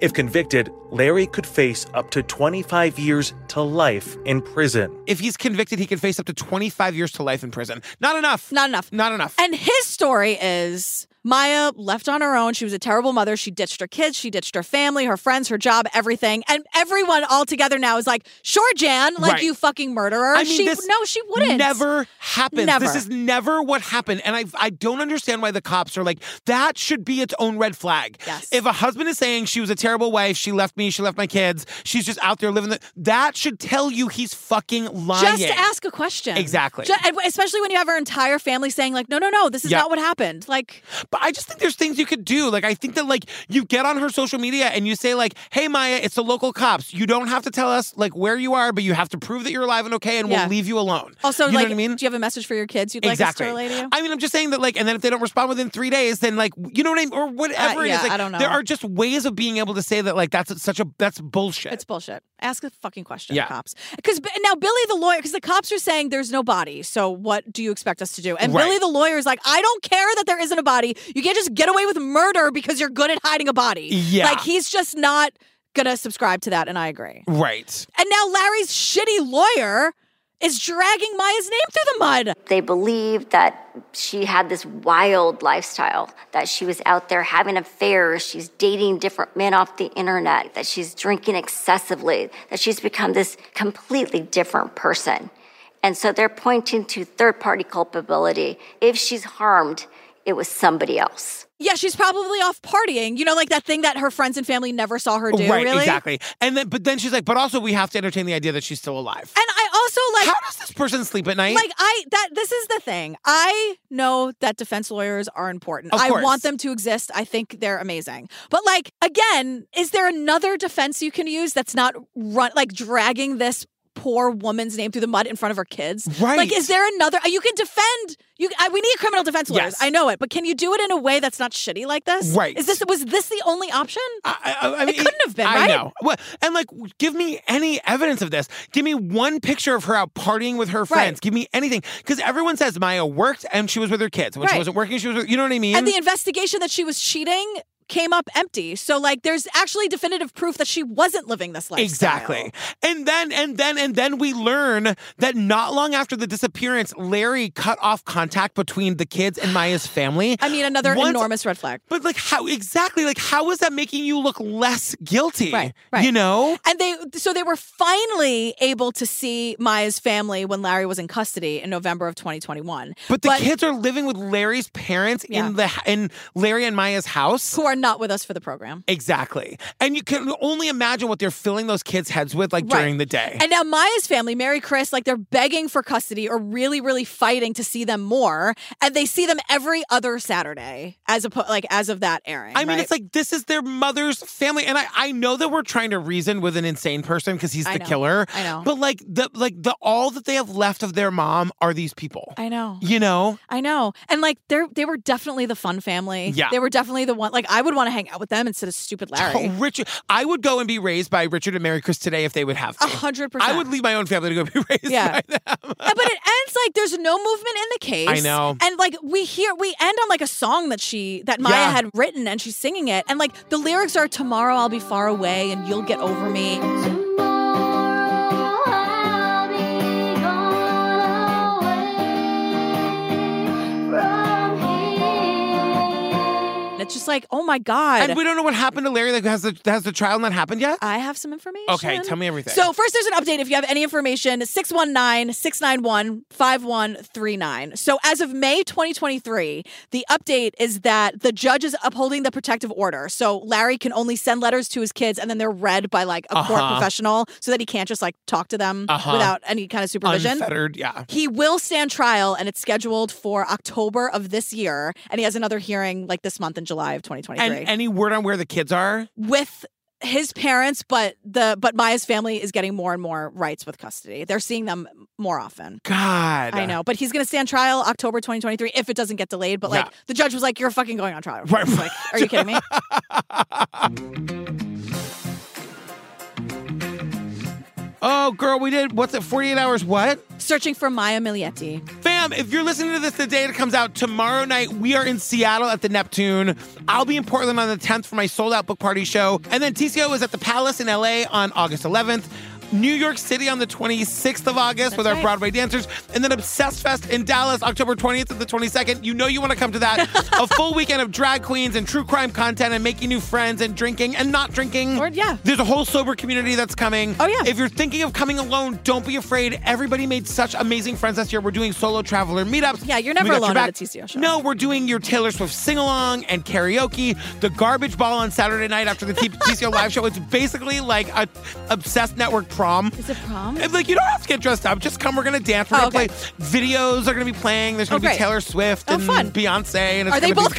Speaker 8: If convicted, Larry could face up to 25 years to life in prison.
Speaker 1: if he's convicted, he could face up to 25 years to life in prison. Not enough.
Speaker 2: Not enough.
Speaker 1: Not enough.
Speaker 2: And his story is Maya left on her own. She was a terrible mother. She ditched her kids, she ditched her family, her friends, her job, everything. And everyone all together now is like, sure, Jan, like
Speaker 1: Right.
Speaker 2: you fucking murderer.
Speaker 1: I mean,
Speaker 2: she
Speaker 1: this
Speaker 2: no, she wouldn't.
Speaker 1: Never happens.
Speaker 2: Never.
Speaker 1: This is never what happened. And I I don't understand why the cops are like, that should be its own red flag. Yes. If a husband is saying she was a terrible wife, she left me, she left my kids, she's just out there living the that should tell you he's fucking lying.
Speaker 2: Just ask a question.
Speaker 1: Exactly.
Speaker 2: Ju- and especially when you have her entire family saying, like, no, no, no, this is
Speaker 1: Yeah.
Speaker 2: not what happened. Like,
Speaker 1: But I just think there's things you could do. Like I think that like you get on her social media and you say like, "Hey Maya, it's the local cops. You don't have to tell us like where you are, but you have to prove that you're alive and okay, and
Speaker 2: Yeah.
Speaker 1: we'll leave you alone."
Speaker 2: also,
Speaker 1: you know
Speaker 2: like,
Speaker 1: what I mean?
Speaker 2: do you have a message for your kids you'd
Speaker 1: exactly.
Speaker 2: like us to relay to you?
Speaker 1: I mean, I'm just saying that, like, and then if they don't respond within three days, then like, you know what I mean, or whatever it
Speaker 2: yeah,
Speaker 1: is. Like,
Speaker 2: I don't know.
Speaker 1: There are just ways of being able to say that, like, that's such a that's bullshit.
Speaker 2: It's bullshit. Ask a fucking question,
Speaker 1: Yeah.
Speaker 2: cops. Because now Billy the lawyer, because the cops are saying there's no body. So what do you expect us to do? And
Speaker 1: Right.
Speaker 2: Billy the lawyer is like, I don't care that there isn't a body. You can't just get away with murder because you're good at hiding a body.
Speaker 1: Yeah.
Speaker 2: Like he's just not gonna subscribe to that, and I agree.
Speaker 1: right.
Speaker 2: And now Larry's shitty lawyer is dragging Maya's name through the mud.
Speaker 11: They believed that she had this wild lifestyle, that she was out there having affairs, she's dating different men off the internet, that she's drinking excessively, that she's become this completely different person. And so they're pointing to third party culpability. If she's harmed, it was somebody else.
Speaker 2: Yeah, she's probably off partying. You know, like that thing that her friends and family never saw her do,
Speaker 1: right.
Speaker 2: really?
Speaker 1: Exactly. And then, but then she's like, but also we have to entertain the idea that she's still alive.
Speaker 2: And I also like
Speaker 1: How does this person sleep at night?
Speaker 2: Like I that this is the thing. I know that defense lawyers are important.
Speaker 1: Of
Speaker 2: I
Speaker 1: course.
Speaker 2: want them to exist. I think they're amazing. But like again, is there another defense you can use that's not run like dragging this poor woman's name through the mud in front of her kids?
Speaker 1: Right.
Speaker 2: Like is there another uh, you can defend you I, we need criminal defense lawyers.
Speaker 1: Yes.
Speaker 2: I know it, but can you do it in a way that's not shitty like this?
Speaker 1: Right.
Speaker 2: Is this was this the only option?
Speaker 1: I, I- I mean,
Speaker 2: it couldn't have been,
Speaker 1: I
Speaker 2: right?
Speaker 1: know. Well, and like, give me any evidence of this. Give me one picture of her out partying with her friends. Give me anything, because everyone says Maya worked and she was with her kids. When she
Speaker 2: Right.
Speaker 1: wasn't working, she was. With, you know what I mean?
Speaker 2: and the investigation that she was cheating came up empty. So like there's actually definitive proof that she wasn't living this life.
Speaker 1: Exactly. And then and then and then we learn that not long after the disappearance, Larry cut off contact between the kids and Maya's family.
Speaker 2: I mean another
Speaker 1: Once-
Speaker 2: enormous red flag.
Speaker 1: But like how exactly like how is that making you look less guilty?
Speaker 2: Right, right.
Speaker 1: You know?
Speaker 2: And they so they were finally able to see Maya's family when Larry was in custody in November of 2021.
Speaker 1: But the kids are living with Larry's parents
Speaker 2: Yeah.
Speaker 1: in the in Larry and Maya's house.
Speaker 2: who are not with us for the program.
Speaker 1: Exactly. And you can only imagine what they're filling those kids' heads with like
Speaker 2: Right.
Speaker 1: during the day.
Speaker 2: And now Maya's family, Mary Chris, like they're begging for custody or really, really fighting to see them more. And they see them every other Saturday as opposed like as of that airing.
Speaker 1: I mean,
Speaker 2: right?
Speaker 1: it's like this is their mother's family, and I, I know that we're trying to reason with an insane person because he's
Speaker 2: I
Speaker 1: the
Speaker 2: know.
Speaker 1: killer.
Speaker 2: I know.
Speaker 1: but like the like the all that they have left of their mom are these people.
Speaker 2: I know.
Speaker 1: You know,
Speaker 2: I know. And like they are they were definitely the fun family.
Speaker 1: Yeah.
Speaker 2: They were definitely the one like I would want to hang out with them instead of stupid Larry.
Speaker 1: Richard. I would go and be raised by Richard and Mary Chris today if they would have.
Speaker 2: A
Speaker 1: To.
Speaker 2: hundred percent.
Speaker 1: I would leave my own family to go be raised. by
Speaker 2: Yeah.
Speaker 1: them.
Speaker 2: And- but it ends like there's no movement in the case.
Speaker 1: I know.
Speaker 2: And like we hear we end on like a song that she that Maya
Speaker 1: Yeah.
Speaker 2: had written and she's singing it. And like the lyrics are tomorrow I'll be far away and you'll get over me. And it's just like, oh my God.
Speaker 1: And we don't know what happened to Larry. Like, has the has the trial not happened yet?
Speaker 2: I have some information.
Speaker 1: Okay, tell me everything.
Speaker 2: So, first, there's an update if you have any information 619 691 5139. So, as of May 2023, the update is that the judge is upholding the protective order. So, Larry can only send letters to his kids and then they're read by like a court
Speaker 1: Uh-huh.
Speaker 2: professional so that he can't just like talk to them
Speaker 1: Uh-huh.
Speaker 2: without any kind of supervision.
Speaker 1: Unfettered, yeah.
Speaker 2: He will stand trial and it's scheduled for October of this year. And he has another hearing like this month in July of 2023
Speaker 1: And any word on where the kids are?
Speaker 2: with his parents, but the but Maya's family is getting more and more rights with custody. They're seeing them more often.
Speaker 1: God,
Speaker 2: I know, but he's going to stand trial October 2023 if it doesn't get delayed. But like
Speaker 1: Yeah.
Speaker 2: the judge was like, "You're fucking going on trial."
Speaker 1: Right.
Speaker 2: It's Like, are you kidding me?
Speaker 1: Oh, girl, we did what's it? Forty eight hours. What?
Speaker 2: Searching for Maya Milietti.
Speaker 1: Fam, if you're listening to this the day it comes out tomorrow night, we are in Seattle at the Neptune. I'll be in Portland on the 10th for my sold out book party show. And then TCO is at the Palace in LA on August 11th. New York City on the 26th of August with our
Speaker 2: right.
Speaker 1: Broadway dancers. And then Obsessed Fest in Dallas, October 20th to the 22nd. You know you want to come to that. A full weekend of drag queens and true crime content and making new friends and drinking and not drinking.
Speaker 2: Or- yeah.
Speaker 1: There's a whole sober community that's coming.
Speaker 2: Oh, yeah.
Speaker 1: If you're thinking of coming alone, don't be afraid. Everybody made such amazing friends last year. We're doing solo traveler meetups.
Speaker 2: Yeah,
Speaker 1: We
Speaker 2: you're never
Speaker 1: got your
Speaker 2: alone at
Speaker 1: back.
Speaker 2: a TCO show.
Speaker 1: No, we're doing your Taylor Swift sing along and karaoke, the garbage ball on Saturday night after the T- TCO live show. It's basically like a obsessed network prom.
Speaker 2: Is it prom?
Speaker 1: And, Like you don't have to get dressed up. Just come. We're gonna dance. We're
Speaker 2: Oh,
Speaker 1: gonna
Speaker 2: okay.
Speaker 1: play. Videos are gonna be playing. There's
Speaker 2: Oh,
Speaker 1: gonna be
Speaker 2: great.
Speaker 1: Taylor Swift
Speaker 2: Oh,
Speaker 1: and
Speaker 2: fun.
Speaker 1: Beyonce. And it's
Speaker 2: Are they
Speaker 1: gonna
Speaker 2: both
Speaker 1: be-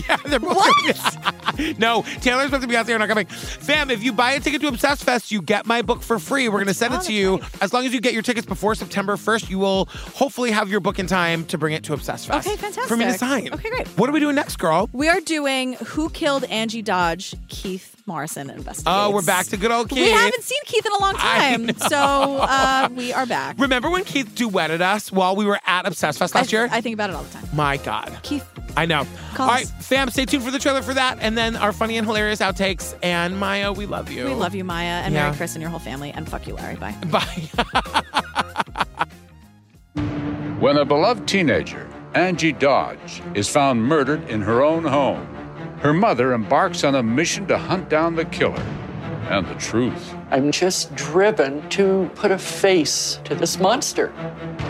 Speaker 2: coming?
Speaker 1: yeah, they're both coming. no, Taylor Swift and Beyonce are not coming. Fam, if you buy a ticket to Obsessed Fest, you get my book for free. We're going to send it to you. As long as you get your tickets before September 1st, you will hopefully have your book in time to bring it to Obsessed Fest.
Speaker 2: Okay, fantastic.
Speaker 1: For me to sign.
Speaker 2: Okay, great.
Speaker 1: What are we doing next, girl?
Speaker 2: We are doing Who Killed Angie Dodge? Keith Morrison investigates.
Speaker 1: Oh, we're back to good old Keith.
Speaker 2: We haven't seen Keith in a long
Speaker 1: I
Speaker 2: time,
Speaker 1: know.
Speaker 2: so uh, we are back.
Speaker 1: Remember when Keith duetted us while we were at Obsessed Fest last
Speaker 2: I,
Speaker 1: year?
Speaker 2: I think about it all the time.
Speaker 1: my God.
Speaker 2: Keith,
Speaker 1: I know.
Speaker 2: Call
Speaker 1: All right,
Speaker 2: us.
Speaker 1: fam, stay tuned for the trailer for that and then our funny and hilarious outtakes. And Maya, we love you.
Speaker 2: we love you, Maya, and
Speaker 1: Yeah.
Speaker 2: Mary Chris and your whole family, and fuck you, Larry. Bye.
Speaker 1: Bye.
Speaker 13: When a beloved teenager, Angie Dodge, is found murdered in her own home, her mother embarks on a mission to hunt down the killer and the truth.
Speaker 14: I'm just driven to put a face to this monster.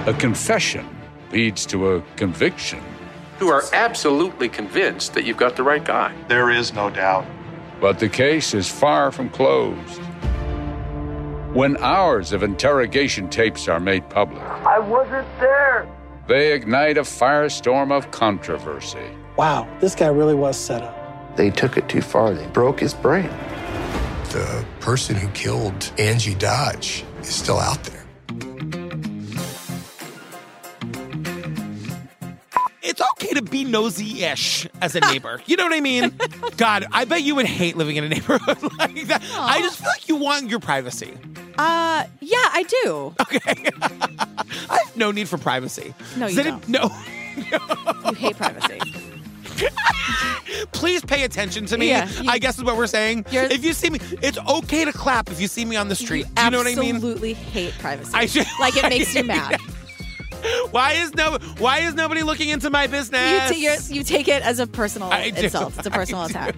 Speaker 13: A confession leads to a conviction,
Speaker 15: who are absolutely convinced that you've got the right guy. There is no doubt.
Speaker 13: but the case is far from closed. when hours of interrogation tapes are made public.
Speaker 16: I wasn't there.
Speaker 13: They ignite a firestorm of controversy.
Speaker 17: Wow, this guy really was set up.
Speaker 18: They took it too far. They broke his brain.
Speaker 19: The person who killed Angie Dodge is still out there.
Speaker 1: It's okay to be nosy ish as a neighbor. you know what I mean? God, I bet you would hate living in a neighborhood like that. I just feel like you want your privacy.
Speaker 2: Uh, yeah, I do.
Speaker 1: I have no need for privacy.
Speaker 2: No, you
Speaker 1: Does
Speaker 2: don't.
Speaker 1: no.
Speaker 2: You hate privacy.
Speaker 1: Please pay attention to me.
Speaker 2: Yeah,
Speaker 1: I guess is what we're saying. If you see me, it's okay to clap if you see me on the street. You know what I mean?
Speaker 2: Absolutely hate privacy.
Speaker 1: I should-
Speaker 2: like it makes you mad.
Speaker 1: Why is no? Why is nobody looking into my
Speaker 2: You,
Speaker 1: business?
Speaker 2: ta- you're- you take it as a personal
Speaker 1: I do.
Speaker 2: insult. It's a
Speaker 1: I
Speaker 2: personal attack.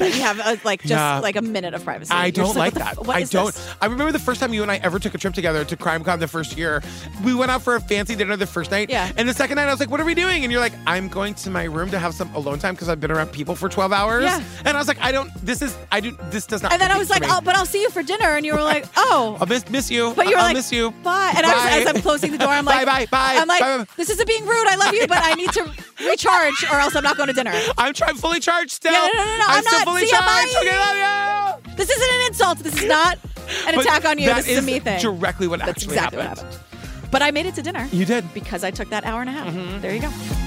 Speaker 2: You have a, like just
Speaker 1: Yeah.
Speaker 2: like a minute of privacy.
Speaker 1: I
Speaker 2: You're
Speaker 1: don't
Speaker 2: just
Speaker 1: like
Speaker 2: what the
Speaker 1: that.
Speaker 2: f- what
Speaker 1: I
Speaker 2: is
Speaker 1: don't.
Speaker 2: this?
Speaker 1: I remember the first time you and I ever took a trip together to CrimeCon the first year. We went out for a fancy dinner the first night.
Speaker 2: Yeah.
Speaker 1: And the second night, I was like, what are we doing? And you're like, I'm going to my room to have some alone time because I've been around people for 12 hours.
Speaker 2: Yeah.
Speaker 1: And I was like, I don't, this is, I do, this does not.
Speaker 2: And then I
Speaker 1: work
Speaker 2: was
Speaker 1: for me.
Speaker 2: like, oh, but I'll see you for dinner. And you were like, oh.
Speaker 1: I'll miss, miss you.
Speaker 2: But you were
Speaker 1: Um, I'll
Speaker 2: like,
Speaker 1: miss you.
Speaker 2: Bye. And I was, as I'm closing the door, I'm like,
Speaker 1: bye, bye, bye.
Speaker 2: I'm like,
Speaker 1: bye, bye.
Speaker 2: this isn't being rude. I love you, but I need to recharge or else I'm not going to dinner.
Speaker 1: I'm trying fully charged still.
Speaker 2: Yeah, no, no, no, no,
Speaker 1: I'm
Speaker 2: I'm
Speaker 1: still
Speaker 2: not.
Speaker 1: fully
Speaker 2: See ya,
Speaker 1: charged.
Speaker 2: bye.
Speaker 1: Okay, love you.
Speaker 2: This isn't an insult. This is not an
Speaker 1: But
Speaker 2: attack on you.
Speaker 1: that
Speaker 2: This is a me thing.
Speaker 1: Directly what
Speaker 2: That's
Speaker 1: actually
Speaker 2: exactly what
Speaker 1: happened.
Speaker 2: But I made it to dinner.
Speaker 1: You did. Mm-hmm.
Speaker 2: Because I took that hour and a half. There you go.